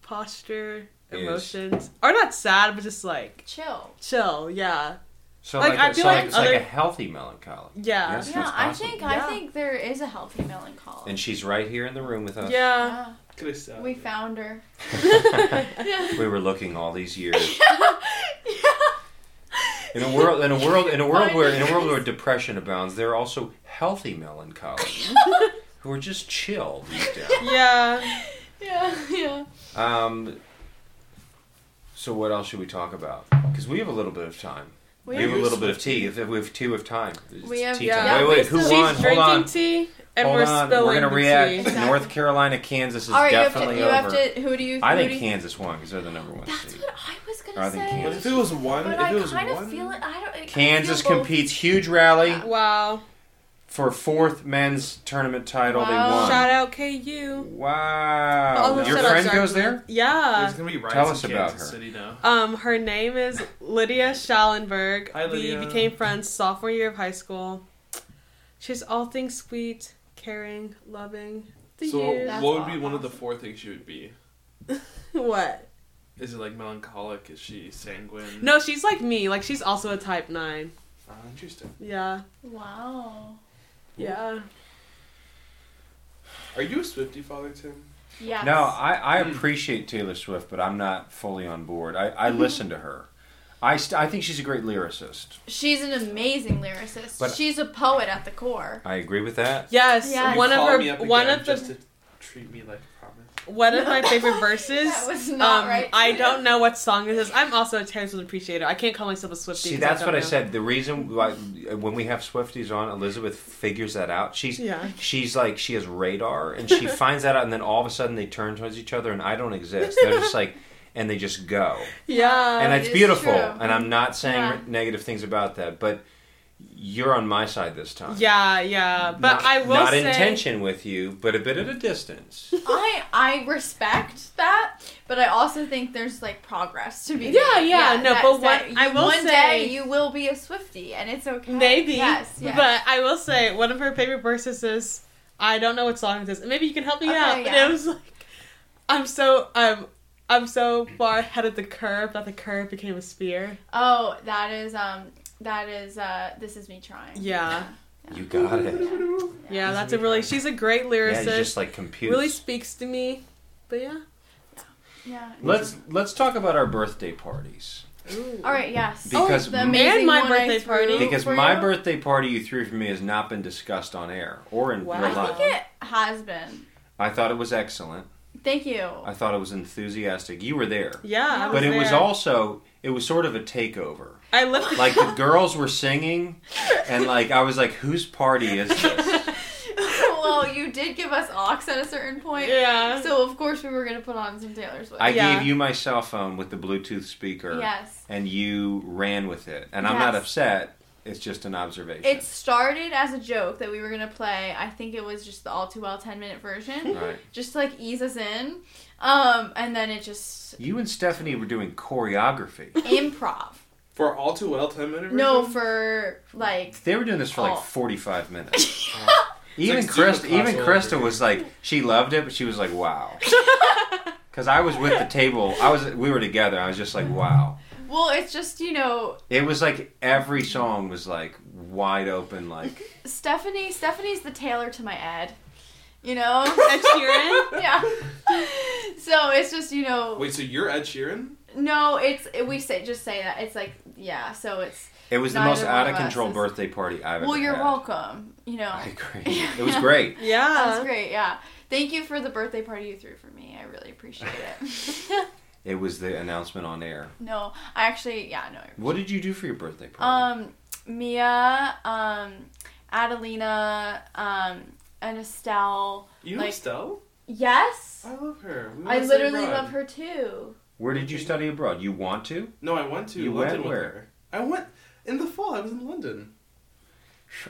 S3: posture,
S1: Is-
S3: emotions are not sad, but just like
S2: Chill.
S3: chill. Yeah,
S1: So
S3: like,
S1: like,
S3: I
S1: a-
S3: feel
S1: so
S3: like
S1: it's like a
S3: other-
S1: healthy melancholic.
S3: yeah,
S1: Yes. That's
S2: Yeah, I
S1: possible.
S2: think
S3: Yeah.
S2: I think there is a healthy melancholy.
S1: And she's right here in the room with us.
S3: yeah. *laughs*
S2: yeah,
S5: Could have said
S2: we found *laughs* her.
S1: *laughs*
S2: *laughs*
S1: we were looking all these years. In a world, in a world, in a world where, in a world where depression abounds, there are also healthy
S2: *laughs*
S1: melancholics who are just chill these days.
S3: Yeah.
S2: Yeah, yeah.
S1: Um, so what else should we talk about? Because we have a little bit of time. We, have a little bit of tea. If, if we have tea, we have time. It's
S2: We have-
S1: tea
S3: yeah.
S1: time.
S2: Yeah,
S1: Wait, wait.
S2: we
S1: Who
S2: still-
S3: She's
S1: won? Hold
S3: drinking
S1: on.
S3: tea, and
S1: Hold
S3: we're
S1: on.
S3: spilling
S1: we're gonna
S3: the
S1: react.
S3: tea.
S2: Exactly.
S1: North Carolina, Kansas is
S2: All right, you have to.
S1: definitely
S2: You
S1: over.
S2: have to. Who do you?
S1: I
S2: who
S1: think
S2: do you-
S1: Kansas won because they're the number one
S2: That's
S1: seed.
S2: what I was gonna
S1: I think
S2: say.
S1: Kansas.
S5: If it was one,
S2: But
S5: if
S2: I
S5: it was
S2: kind
S5: one,
S2: of feel it. I don't. I
S1: Kansas
S2: feel both.
S1: competes huge rally
S3: Wow.
S1: for fourth men's tournament title.
S2: Wow.
S1: They won.
S3: Shout out KU. All
S1: Wow.
S3: the
S1: Your
S3: setups
S1: friend
S3: are-
S1: goes there?
S5: there's
S3: Yeah.
S5: gonna be riots
S1: Tell
S5: in
S1: us about
S5: Kansas
S1: her.
S5: City now.
S3: Um, her name is Lydia Schallenberg.
S5: Hi, Lydia.
S3: We became friends sophomore year of high school. She's all things sweet, caring, loving. The
S5: so,
S3: years.
S2: That's
S5: what would be
S2: awesome.
S5: one of the four things you would be?
S3: *laughs* what?
S5: Is it like melancholic? Is she sanguine?
S3: No, she's like me. Like she's also a type nine.
S5: Ah, interesting.
S3: Yeah.
S2: Wow.
S3: Yeah.
S5: Are you a Swifty, Father Tim?
S2: Yes.
S1: No, I, I appreciate Taylor Swift, but I'm not fully on board. I,
S3: Mm-hmm.
S1: I listen to her. I, st- I think she's a great lyricist.
S2: She's an amazing lyricist.
S1: But-
S2: She's a poet at the core.
S1: I agree with that.
S3: Yes.
S2: Yes.
S5: You
S3: One of
S5: called
S3: her.
S5: me up again
S3: One of the.
S5: just to treat me like a promise.
S3: One of my favorite
S2: *laughs*
S3: verses.
S2: That was not
S3: um,
S2: right.
S3: I don't know what song this is. I'm also a Taylor Swift appreciator. I can't call myself a Swiftie.
S1: See,
S3: 'cause
S1: that's
S3: don't
S1: what I
S3: know.
S1: said. The reason why when we have Swifties on, Elizabeth figures that out. She's
S3: Yeah.
S1: she's like she
S3: *laughs*
S1: has radar, and she finds that out, and then all of a sudden they turn towards each other, and I don't exist. They're just like. and they just go.
S3: Yeah.
S1: and
S2: it
S1: that's
S2: is
S1: beautiful.
S2: true.
S1: And I'm not saying
S2: Yeah.
S1: negative things about that, but you're on my side this time.
S3: Yeah, yeah. But
S1: Not-
S3: I will
S1: not
S3: say
S1: in tension with you, but a bit at a distance.
S2: *laughs* I I respect that, but I also think there's like progress to be.
S3: Yeah,
S2: made.
S3: yeah, no,
S2: that-
S3: but
S2: that
S3: what- I
S2: you-
S3: will
S2: one
S3: say-
S2: day you will be a Swifty, and it's okay.
S3: Maybe.
S2: yes, yes.
S3: But I will say one of her favorite verses is I don't know what song it is. and Maybe you can help me
S2: Okay,
S3: out.
S2: yeah.
S3: And it was like I'm so um I'm so far ahead of the curve that the curve became a spear.
S2: oh, that is um, that is uh, this is me trying.
S3: Yeah.
S1: You got it.
S3: Yeah, that's a really she's a great
S1: Yeah, you
S3: lyricist.
S1: just like compute.
S3: really speaks to me. But yeah.
S2: yeah.
S1: Let's let's talk about our birthday parties.
S3: Ooh.
S2: All right. Yes.
S1: Because-
S2: the
S1: And
S2: amazing
S3: my
S2: one I
S3: birthday
S2: threw
S3: party.
S1: Because
S2: for
S1: my
S2: you.
S1: birthday party you threw for me has not been discussed on air or in
S3: Wow.
S1: real
S2: I
S1: life.
S2: think it has been.
S1: I thought it was excellent.
S2: Thank you.
S1: I thought it was enthusiastic. You were there.
S3: Yeah. I
S1: but it was
S3: there.
S1: also it was sort of a takeover.
S3: I lifted
S1: Like
S3: *laughs*
S1: the girls were singing and like I was like whose party is
S3: *laughs*
S1: this?
S2: well, you did give us ox at a certain point.
S3: Yeah.
S2: So of course we were gonna put on some Taylor Swift.
S1: I
S3: Yeah.
S1: gave you my cell phone with the Bluetooth speaker
S2: yes.
S1: and you ran with it. And I'm not
S2: Yes.
S1: upset. It's just an observation.
S2: It started as a joke that we were gonna play. I think it was just the all too well ten minute version,
S1: right.
S2: just to like ease us in. Um, and then it just
S1: You and Stephanie were doing choreography.
S2: improv.
S5: *laughs* For all too well, ten minutes. *laughs*
S2: no, for like
S1: They were doing this for
S2: Oh.
S1: like
S2: *laughs*
S1: 45 minutes.
S5: It's
S1: Even
S5: like
S1: Krista,
S5: Zumba
S1: even
S5: class all
S1: Krista
S5: over
S1: was like, she loved it, but she was like,
S2: *laughs*
S1: wow. Because I was with the table, I was, we were together. I was just like, wow.
S2: well, it's just you know
S1: It was like every song was like wide open, like
S2: Stephanie. Stephanie's the tailor to my Ed.
S1: *laughs*
S2: You know.
S3: Ed Sheeran.
S2: yeah. So it's just you know
S5: Wait, so you're Ed Sheeran?
S2: no it's we say just say that it's like yeah so it's
S1: it was the
S2: Neither
S1: most
S2: one
S1: out
S2: of
S1: of control
S2: us is-
S1: birthday party I've
S2: well
S1: ever
S2: you're
S1: had.
S2: welcome you know *laughs*
S1: I agree. It was great.
S2: That was
S3: Yeah.
S2: great, yeah. Thank you for the birthday party you threw for me. I really appreciate it. *laughs*
S1: It was the announcement on air.
S2: no, I actually, yeah, no. I-
S1: What did you do for your birthday party?
S2: Um, Mia, um, Adelina, um, and Estelle.
S5: You
S2: Like-
S5: Estelle?
S2: Yes,
S5: I love her. We
S2: I
S5: went to
S2: literally
S5: abroad.
S2: love her too.
S1: Where did you study abroad? You want to?
S5: No, I went to
S1: You
S5: London
S1: went
S5: with
S1: where?
S5: her. I went in the fall. I was in London.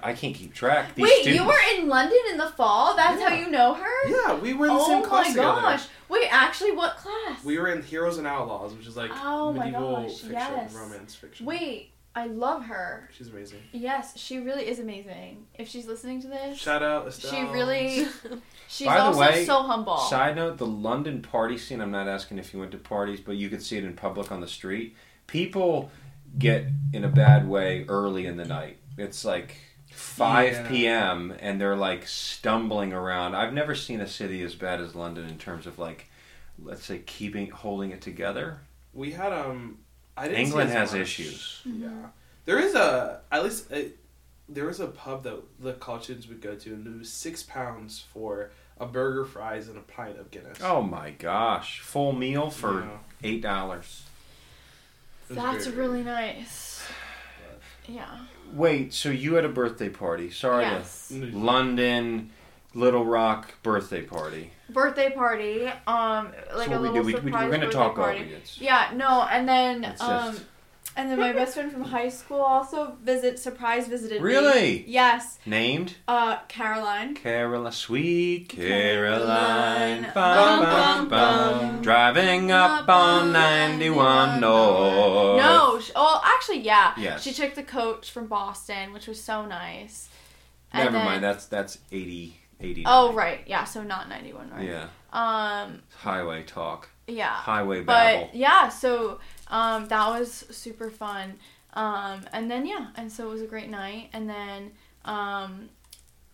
S1: I can't keep track. These
S2: Wait,
S1: students.
S2: you were in London in the fall? That's how
S5: Yeah.
S2: you know her?
S5: Yeah, we were in the
S2: oh
S5: same
S2: my
S5: class together.
S2: gosh. Wait, actually, what class?
S5: We were in Heroes and Outlaws, which is like
S2: Oh my
S5: medieval
S2: gosh,
S5: fiction,
S2: yes.
S5: romance fiction.
S2: Wait, I love her.
S5: she's amazing.
S2: Yes, she really is amazing. If she's listening to this,
S5: Shout out Estelle.
S2: She really. She's
S1: By the
S2: also
S1: way,
S2: so humble.
S1: Side note: the London party scene. I'm not asking if you went to parties, but you could see it in public on the street. People get in a bad way early in the night. It's like 5
S5: Yeah.
S1: p.m. and they're like stumbling around. I've never seen a city as bad as London in terms of like, let's say, keeping holding it together.
S5: We had um. I didn't see
S1: England
S5: as
S1: has
S5: much.
S1: issues.
S2: Mm-hmm.
S5: Yeah, there is a at least a, there was a pub that the college students would go to, and it was six pounds for a burger, fries, and a pint of Guinness.
S1: Oh my gosh! Full meal for
S5: Yeah.
S1: eight dollars.
S5: It was
S2: That's
S5: very-
S2: really nice. Yeah.
S1: Wait, so you had a birthday party? Sorry, to-
S2: Yes.
S1: London Little Rock birthday party.
S2: Birthday party. Um, like
S1: so what
S2: a
S1: we
S2: little
S1: do, we, we,
S2: surprise
S1: we're going to
S2: birthday
S1: talk
S2: party.
S1: over this.
S2: Yeah. No, and then
S1: It's
S2: um,
S1: just-
S2: and then my best friend from high school also visit surprise visited. me.
S1: Really?
S2: Yes.
S1: Named
S2: Uh, Caroline.
S1: Caroline, sweet Caroline,
S2: Caroline.
S1: bum, bum,
S3: Bum,
S1: bum,
S3: bum.
S1: driving up on 91 North.
S2: No. She, oh, actually, yeah.
S1: Yes.
S2: She took the coach from Boston, which was so nice. And
S1: Never
S2: then-
S1: mind, that's that's 80, 80.
S2: Oh right, yeah. So not ninety one, right?
S1: Yeah,
S2: Um.
S1: highway talk,
S2: Yeah.
S1: highway babble.
S2: Uh, But yeah, so um, that was super fun. Um, and then yeah, and so it was a great night. And then um,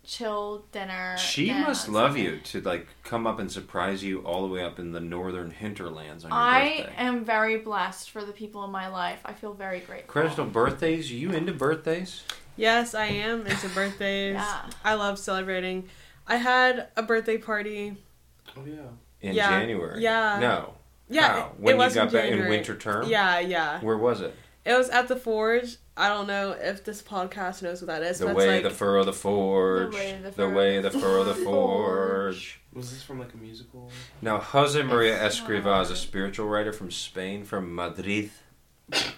S2: chill dinner.
S1: she
S2: then
S1: must
S2: on
S1: love
S2: Sunday.
S1: you to like come up and surprise you all the way up in the northern hinterlands on your
S2: I
S1: birthday.
S2: am very blessed for the people in my life. I feel very grateful.
S1: Crystal, birthdays? You into birthdays?
S3: Yes, I am into birthdays.
S2: Yeah.
S3: I love celebrating. I had a birthday party.
S5: Oh yeah.
S1: In
S3: Yeah.
S1: January?
S3: Yeah.
S1: No.
S3: Yeah,
S1: How?
S3: it-
S1: When
S3: it
S1: you
S3: was
S1: got
S3: in
S1: back in
S3: January.
S1: winter term?
S3: Yeah, yeah.
S1: Where was it?
S3: It was at the Forge I don't know if this podcast knows what that is.
S1: The
S3: but
S1: way
S3: it's
S1: the
S3: like
S1: furrow the forge.
S2: The way the
S1: The
S2: furrow
S1: way the
S2: the
S1: furrow the
S2: forge.
S1: forge.
S5: Was this from like a musical?
S1: Now, Jose Maria
S2: It's
S1: Escrivá is a
S2: not.
S1: spiritual writer from Spain, from Madrid.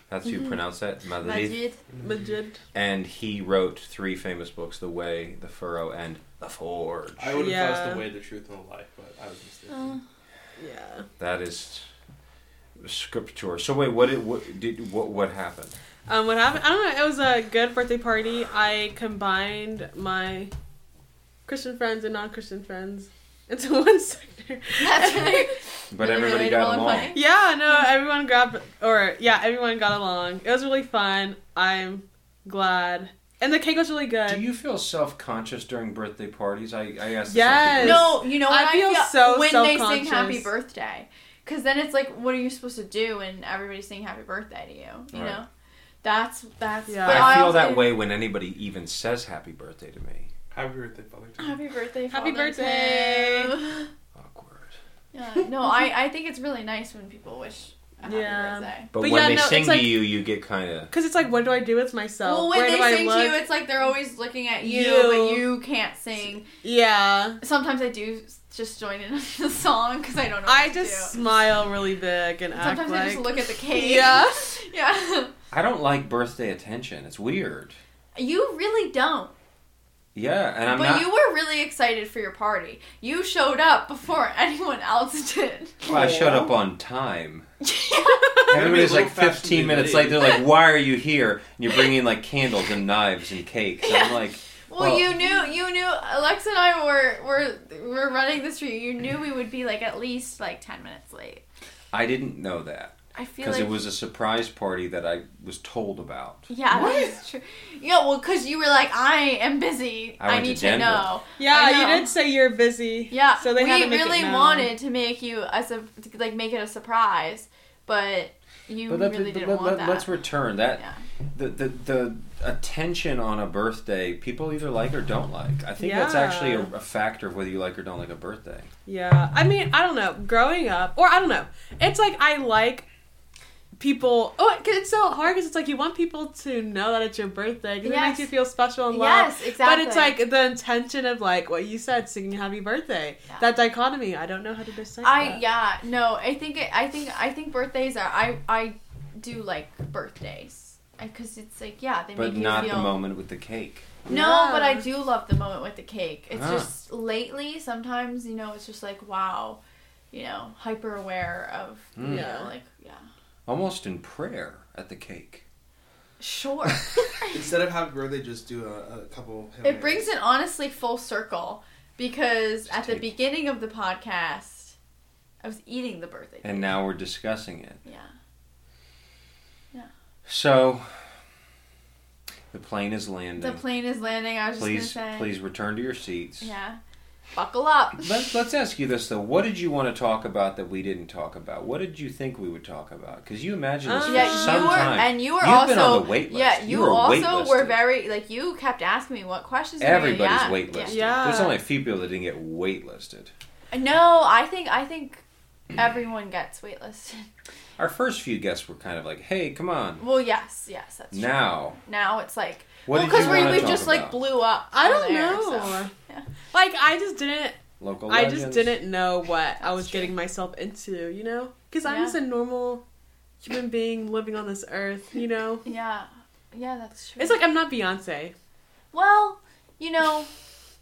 S1: That's how you pronounce that, Madrid.
S2: Majid.
S3: legit.
S1: And he wrote three famous books: The Way, The Furrow, and The Forge.
S5: I would have thought it's
S3: Yeah.
S5: the way, the truth, and the life, but I was mistaken.
S2: Oh.
S3: Yeah.
S1: That is scripture. So wait, what did what did what what happened?
S3: Um, what happened? I don't know. It was a good birthday party. I combined my Christian friends and non-Christian friends into *laughs* one sector.
S2: *laughs* That's really.
S1: But
S2: Really
S1: everybody
S2: relatable
S1: got
S2: and
S1: along.
S2: funny.
S3: Yeah, no, everyone grabbed or yeah, everyone got along. It was really fun. I'm glad, and the cake was really good.
S1: Do you feel self conscious during birthday parties? I, I asked. this
S3: Yes.
S1: off the group.
S2: No, you know what
S3: I
S2: I,
S3: feel
S2: feel,
S3: so
S2: when they sing
S3: self-conscious.
S2: happy birthday. Because then it's like, what are you supposed to do when everybody's singing happy birthday to you? You
S1: Right.
S2: know? That's, that's,
S3: Yeah.
S2: but
S1: I feel
S2: also-
S1: that way when anybody even says happy birthday to me.
S5: Happy birthday, Father.
S2: Happy birthday,
S3: Happy
S2: Father
S3: birthday.
S2: Tim.
S1: Awkward.
S2: *laughs* Yeah, no, I, I think it's really nice when people wish a happy
S3: Yeah.
S2: birthday.
S1: But,
S3: But
S1: when
S3: yeah,
S1: they
S3: no,
S1: sing
S3: it's
S1: to
S3: like-
S1: you, you get kind of.
S3: Because it's like, what do I do with myself?
S2: well, when
S3: Where
S2: they
S3: do I
S2: sing to
S3: look?
S2: you, it's like they're always looking at you,
S3: You.
S2: but you can't sing.
S3: yeah,
S2: Sometimes I do just join in *laughs* on the song because I
S1: Oh,
S2: don't know. What
S3: I
S2: to
S3: just
S2: do.
S3: smile really big and act
S2: sometimes
S3: like.
S2: I just look at the cake. *laughs*
S3: Yeah.
S2: yeah.
S1: I don't like birthday attention. It's weird.
S2: You really don't.
S1: Yeah, and I'm
S2: but
S1: not.
S2: you were really excited for your party. You showed up before *laughs* anyone else
S3: *laughs*
S2: did.
S1: Well, I showed up on time.
S5: Gotta be a
S1: Everybody's
S5: little
S1: like
S5: faster
S1: 15
S5: than
S1: minutes
S5: me.
S1: late. They're like, "Why are you here?" And you're bringing like candles and knives and cakes. And I'm
S2: Yeah.
S1: like,
S2: Well,
S1: Well-
S2: you knew you knew Alexa and I were were were running this for you. You knew we would be like at least like ten minutes late.
S1: I didn't know that
S2: I feel
S1: because
S2: like
S1: it was a surprise party that I was told about.
S2: yeah,
S5: What?
S2: that is true. Yeah, well, because you were like, I am busy.
S1: I
S2: I,
S1: went to
S2: need to,
S1: Denver.
S2: know. I
S3: yeah, you
S2: know.
S3: did say you're busy.
S2: Yeah,
S3: so they
S2: we
S3: had to make it
S2: really
S3: known.
S2: wanted to make you as a like make it a surprise, but you really didn't want that.
S1: us return that
S2: Yeah.
S1: the, the the attention on a birthday. People either like or don't like. I think that's
S3: Yeah.
S1: actually a, a factor of whether you like or don't like a birthday.
S3: Yeah, I mean, I don't know. Growing up, or I don't know. It's like I like people. Oh, 'cause it's so hard because it's like you want people to know that it's your birthday because it
S2: Yes.
S3: makes you feel special and loved.
S2: Yes, exactly.
S3: But it's like the intention of like what you said, singing "Happy Birthday."
S2: Yeah.
S3: That dichotomy. I don't know how to decide.
S2: I yeah no I think it, I think I think birthdays are I I do like birthdays because it's like yeah they
S1: But
S2: make
S1: not
S2: you
S1: the
S2: feel
S1: moment with the cake.
S2: no
S3: Yeah.
S2: but I do love the moment with the cake it's
S1: Ah.
S2: just lately sometimes you know it's just like wow you know hyper aware of
S1: Mm.
S2: you
S3: Yeah.
S2: know like yeah
S1: Almost in prayer at the cake. *laughs*
S2: sure *laughs*
S5: Instead of happy birthday, just do a, a couple. Hail
S2: it brings
S5: Marys.
S2: it honestly full circle because at the
S1: take-
S2: beginning of the podcast I was eating the birthday
S1: And now we're discussing it.
S2: yeah
S1: So the plane is landing.
S2: the plane is landing I was
S1: please
S2: just gonna say
S1: please return to your seats.
S2: Yeah. Buckle up.
S1: Let, let's ask you this though. What did you want to talk about that we didn't talk about? What did you think we would talk about? Because you imagined this
S3: Um,
S1: for
S2: Yeah,
S1: some
S2: you were,
S1: time.
S2: and you were
S1: You've
S2: also
S1: been on the wait
S2: yeah,
S1: list.
S2: you,
S1: You were
S2: also were
S1: waitlisted.
S2: very like you kept asking me what questions. were you gonna
S1: Everybody's
S2: ask.
S1: waitlisted.
S3: Yeah.
S1: There's only a few people that didn't get waitlisted.
S2: Yeah. No, I think
S1: *clears throat*
S2: I think everyone gets waitlisted.
S1: Our first few guests were kind of like, "Hey, come on."
S2: *laughs* Well, yes, yes, that's true.
S1: Now,
S2: Now it's like
S1: what did
S2: well,
S1: you
S2: because we
S1: want
S2: we
S1: to talk
S2: just like
S1: about?
S2: blew up.
S3: I
S2: from
S3: don't
S2: there,
S3: know.
S2: so, *laughs* yeah.
S3: Like I just didn't.
S1: Local
S3: I just
S1: legends?
S3: didn't know what I
S2: That's
S3: was
S2: true.
S3: getting myself into. You know, because I'm
S2: Yeah.
S3: just a normal human being living on this earth.
S2: *laughs*
S3: You know,
S2: yeah, yeah, that's true.
S3: it's like I'm not Beyonce.
S2: well, you know,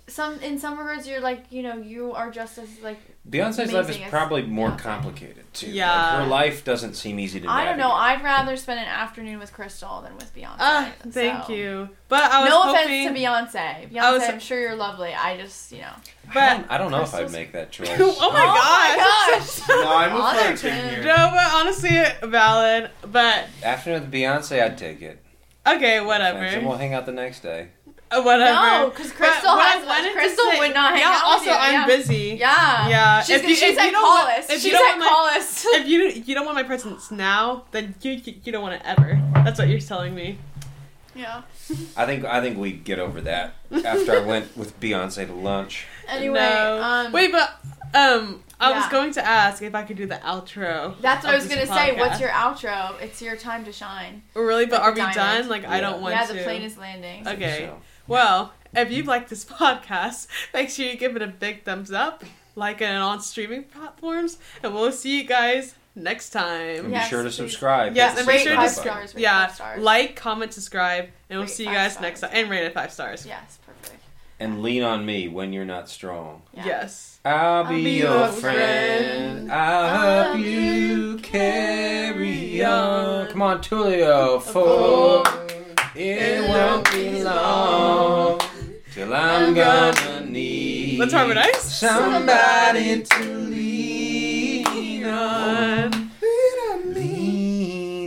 S2: some in some regards you're like you know you are just as like
S1: Beyonce's life is
S2: Amazing.
S1: probably more
S2: Beyonce.
S1: complicated too.
S3: Yeah.
S1: Like, her life doesn't seem easy to.
S2: I don't know.
S1: navigate.
S2: I'd rather spend an afternoon with Crystal than with Beyonce.
S3: Ah, thank
S2: so.
S3: you. But I was
S2: no
S3: hoping.
S2: offense to Beyonce. Beyonce,
S3: I was-
S2: I'm sure you're lovely. I just, you know.
S1: I
S3: But
S1: don't, I don't know if I'd
S3: Crystal's-
S1: make
S3: *laughs*
S1: that choice.
S3: oh my
S2: Oh my
S3: gosh! *laughs*
S5: No, I'm a
S2: Honor
S5: virgin
S2: to-
S5: here.
S3: no, but honestly, valid. But
S1: Afternoon with Beyonce, I'd take it.
S3: okay,
S1: And
S3: whatever.
S1: we'll hang out the next day.
S3: Uh, Whatever.
S2: No, 'cause
S3: But
S2: Crystal
S3: what I
S2: has-
S3: wanted to
S2: Crystal would not hang
S3: yeah,
S2: out with
S3: Also,
S2: you,
S3: I'm
S2: yeah.
S3: busy.
S2: Yeah.
S3: Yeah,
S2: She's,
S3: if you-
S2: she's
S3: if
S2: at
S3: you don't want-
S2: Collis.
S3: if you
S2: She's
S3: don't
S2: at
S3: want my- *laughs*
S2: Collis.
S3: If you you don't want my presence now, then you you, you don't want it ever. That's what you're telling me.
S2: yeah.
S1: I think I think
S3: *laughs*
S1: we'd get over that after I went with Beyonce to lunch.
S2: Anyway,
S3: no.
S2: um,
S3: wait, but Um, I was
S2: Yeah.
S3: going to ask if I could do the outro.
S2: That's what I
S3: of
S2: was
S3: this
S2: gonna say. What's
S3: podcast.
S2: your outro? It's your time to shine.
S3: Really, but
S2: like
S3: are we
S2: the diamond?
S3: done? Like, I
S1: Yeah.
S3: don't want
S2: yeah,
S3: to.
S2: the plane is landing.
S1: I think
S3: Okay.
S1: so.
S3: Well, if you've liked this *laughs* podcast, make sure you give it a big thumbs up, like it on streaming platforms, and we'll see you guys next time.
S1: And
S2: Yes,
S1: be sure to
S2: please.
S1: subscribe.
S3: Yes,
S1: Hit
S3: and
S1: the
S3: be
S2: Rate
S3: sure
S1: subscribe
S2: five
S3: to-
S1: button.
S2: stars. Rate
S3: Yeah,
S2: five stars.
S3: like, comment, subscribe, and we'll
S2: Rate
S3: see you
S2: five
S3: guys
S2: stars.
S3: next time. And rate it five stars.
S2: Yes, perfect.
S1: And lean on me when you're not strong.
S2: Yeah.
S3: Yes.
S1: I'll,
S2: be
S1: be,
S2: your
S1: your,
S2: friend.
S1: friend. I
S2: I'll
S1: hope you carry
S2: carry
S1: on.
S2: on.
S1: Come on, Tulio, for it won't be long till I'm gonna need
S3: Let's harmonize.
S1: somebody Oh. to lean on. Lean on,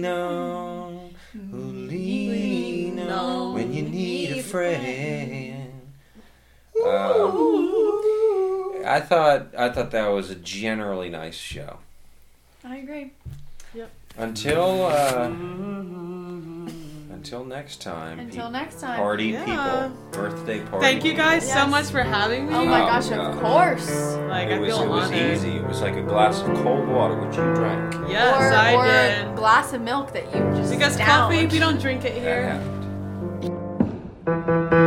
S1: oh, lean on when you need a friend. Um, I thought I thought that was a generally nice show.
S2: I agree.
S1: Until uh, until next time.
S2: Until
S1: peop-
S2: next time.
S1: Party
S3: Yeah.
S1: people, birthday party.
S3: Thank you guys so
S2: Yes.
S3: much for having me.
S2: Oh my
S1: Oh,
S2: gosh,
S1: God.
S2: of course.
S3: Like,
S1: It
S3: I
S1: was
S3: feel
S1: it was
S3: honored.
S1: easy. It was like a glass of cold water which you drank.
S3: Yes,
S2: or,
S3: I
S2: or
S3: did.
S2: a glass of milk that you just
S3: Because
S2: downed.
S3: coffee, we don't drink it
S1: That
S3: here.
S1: happened.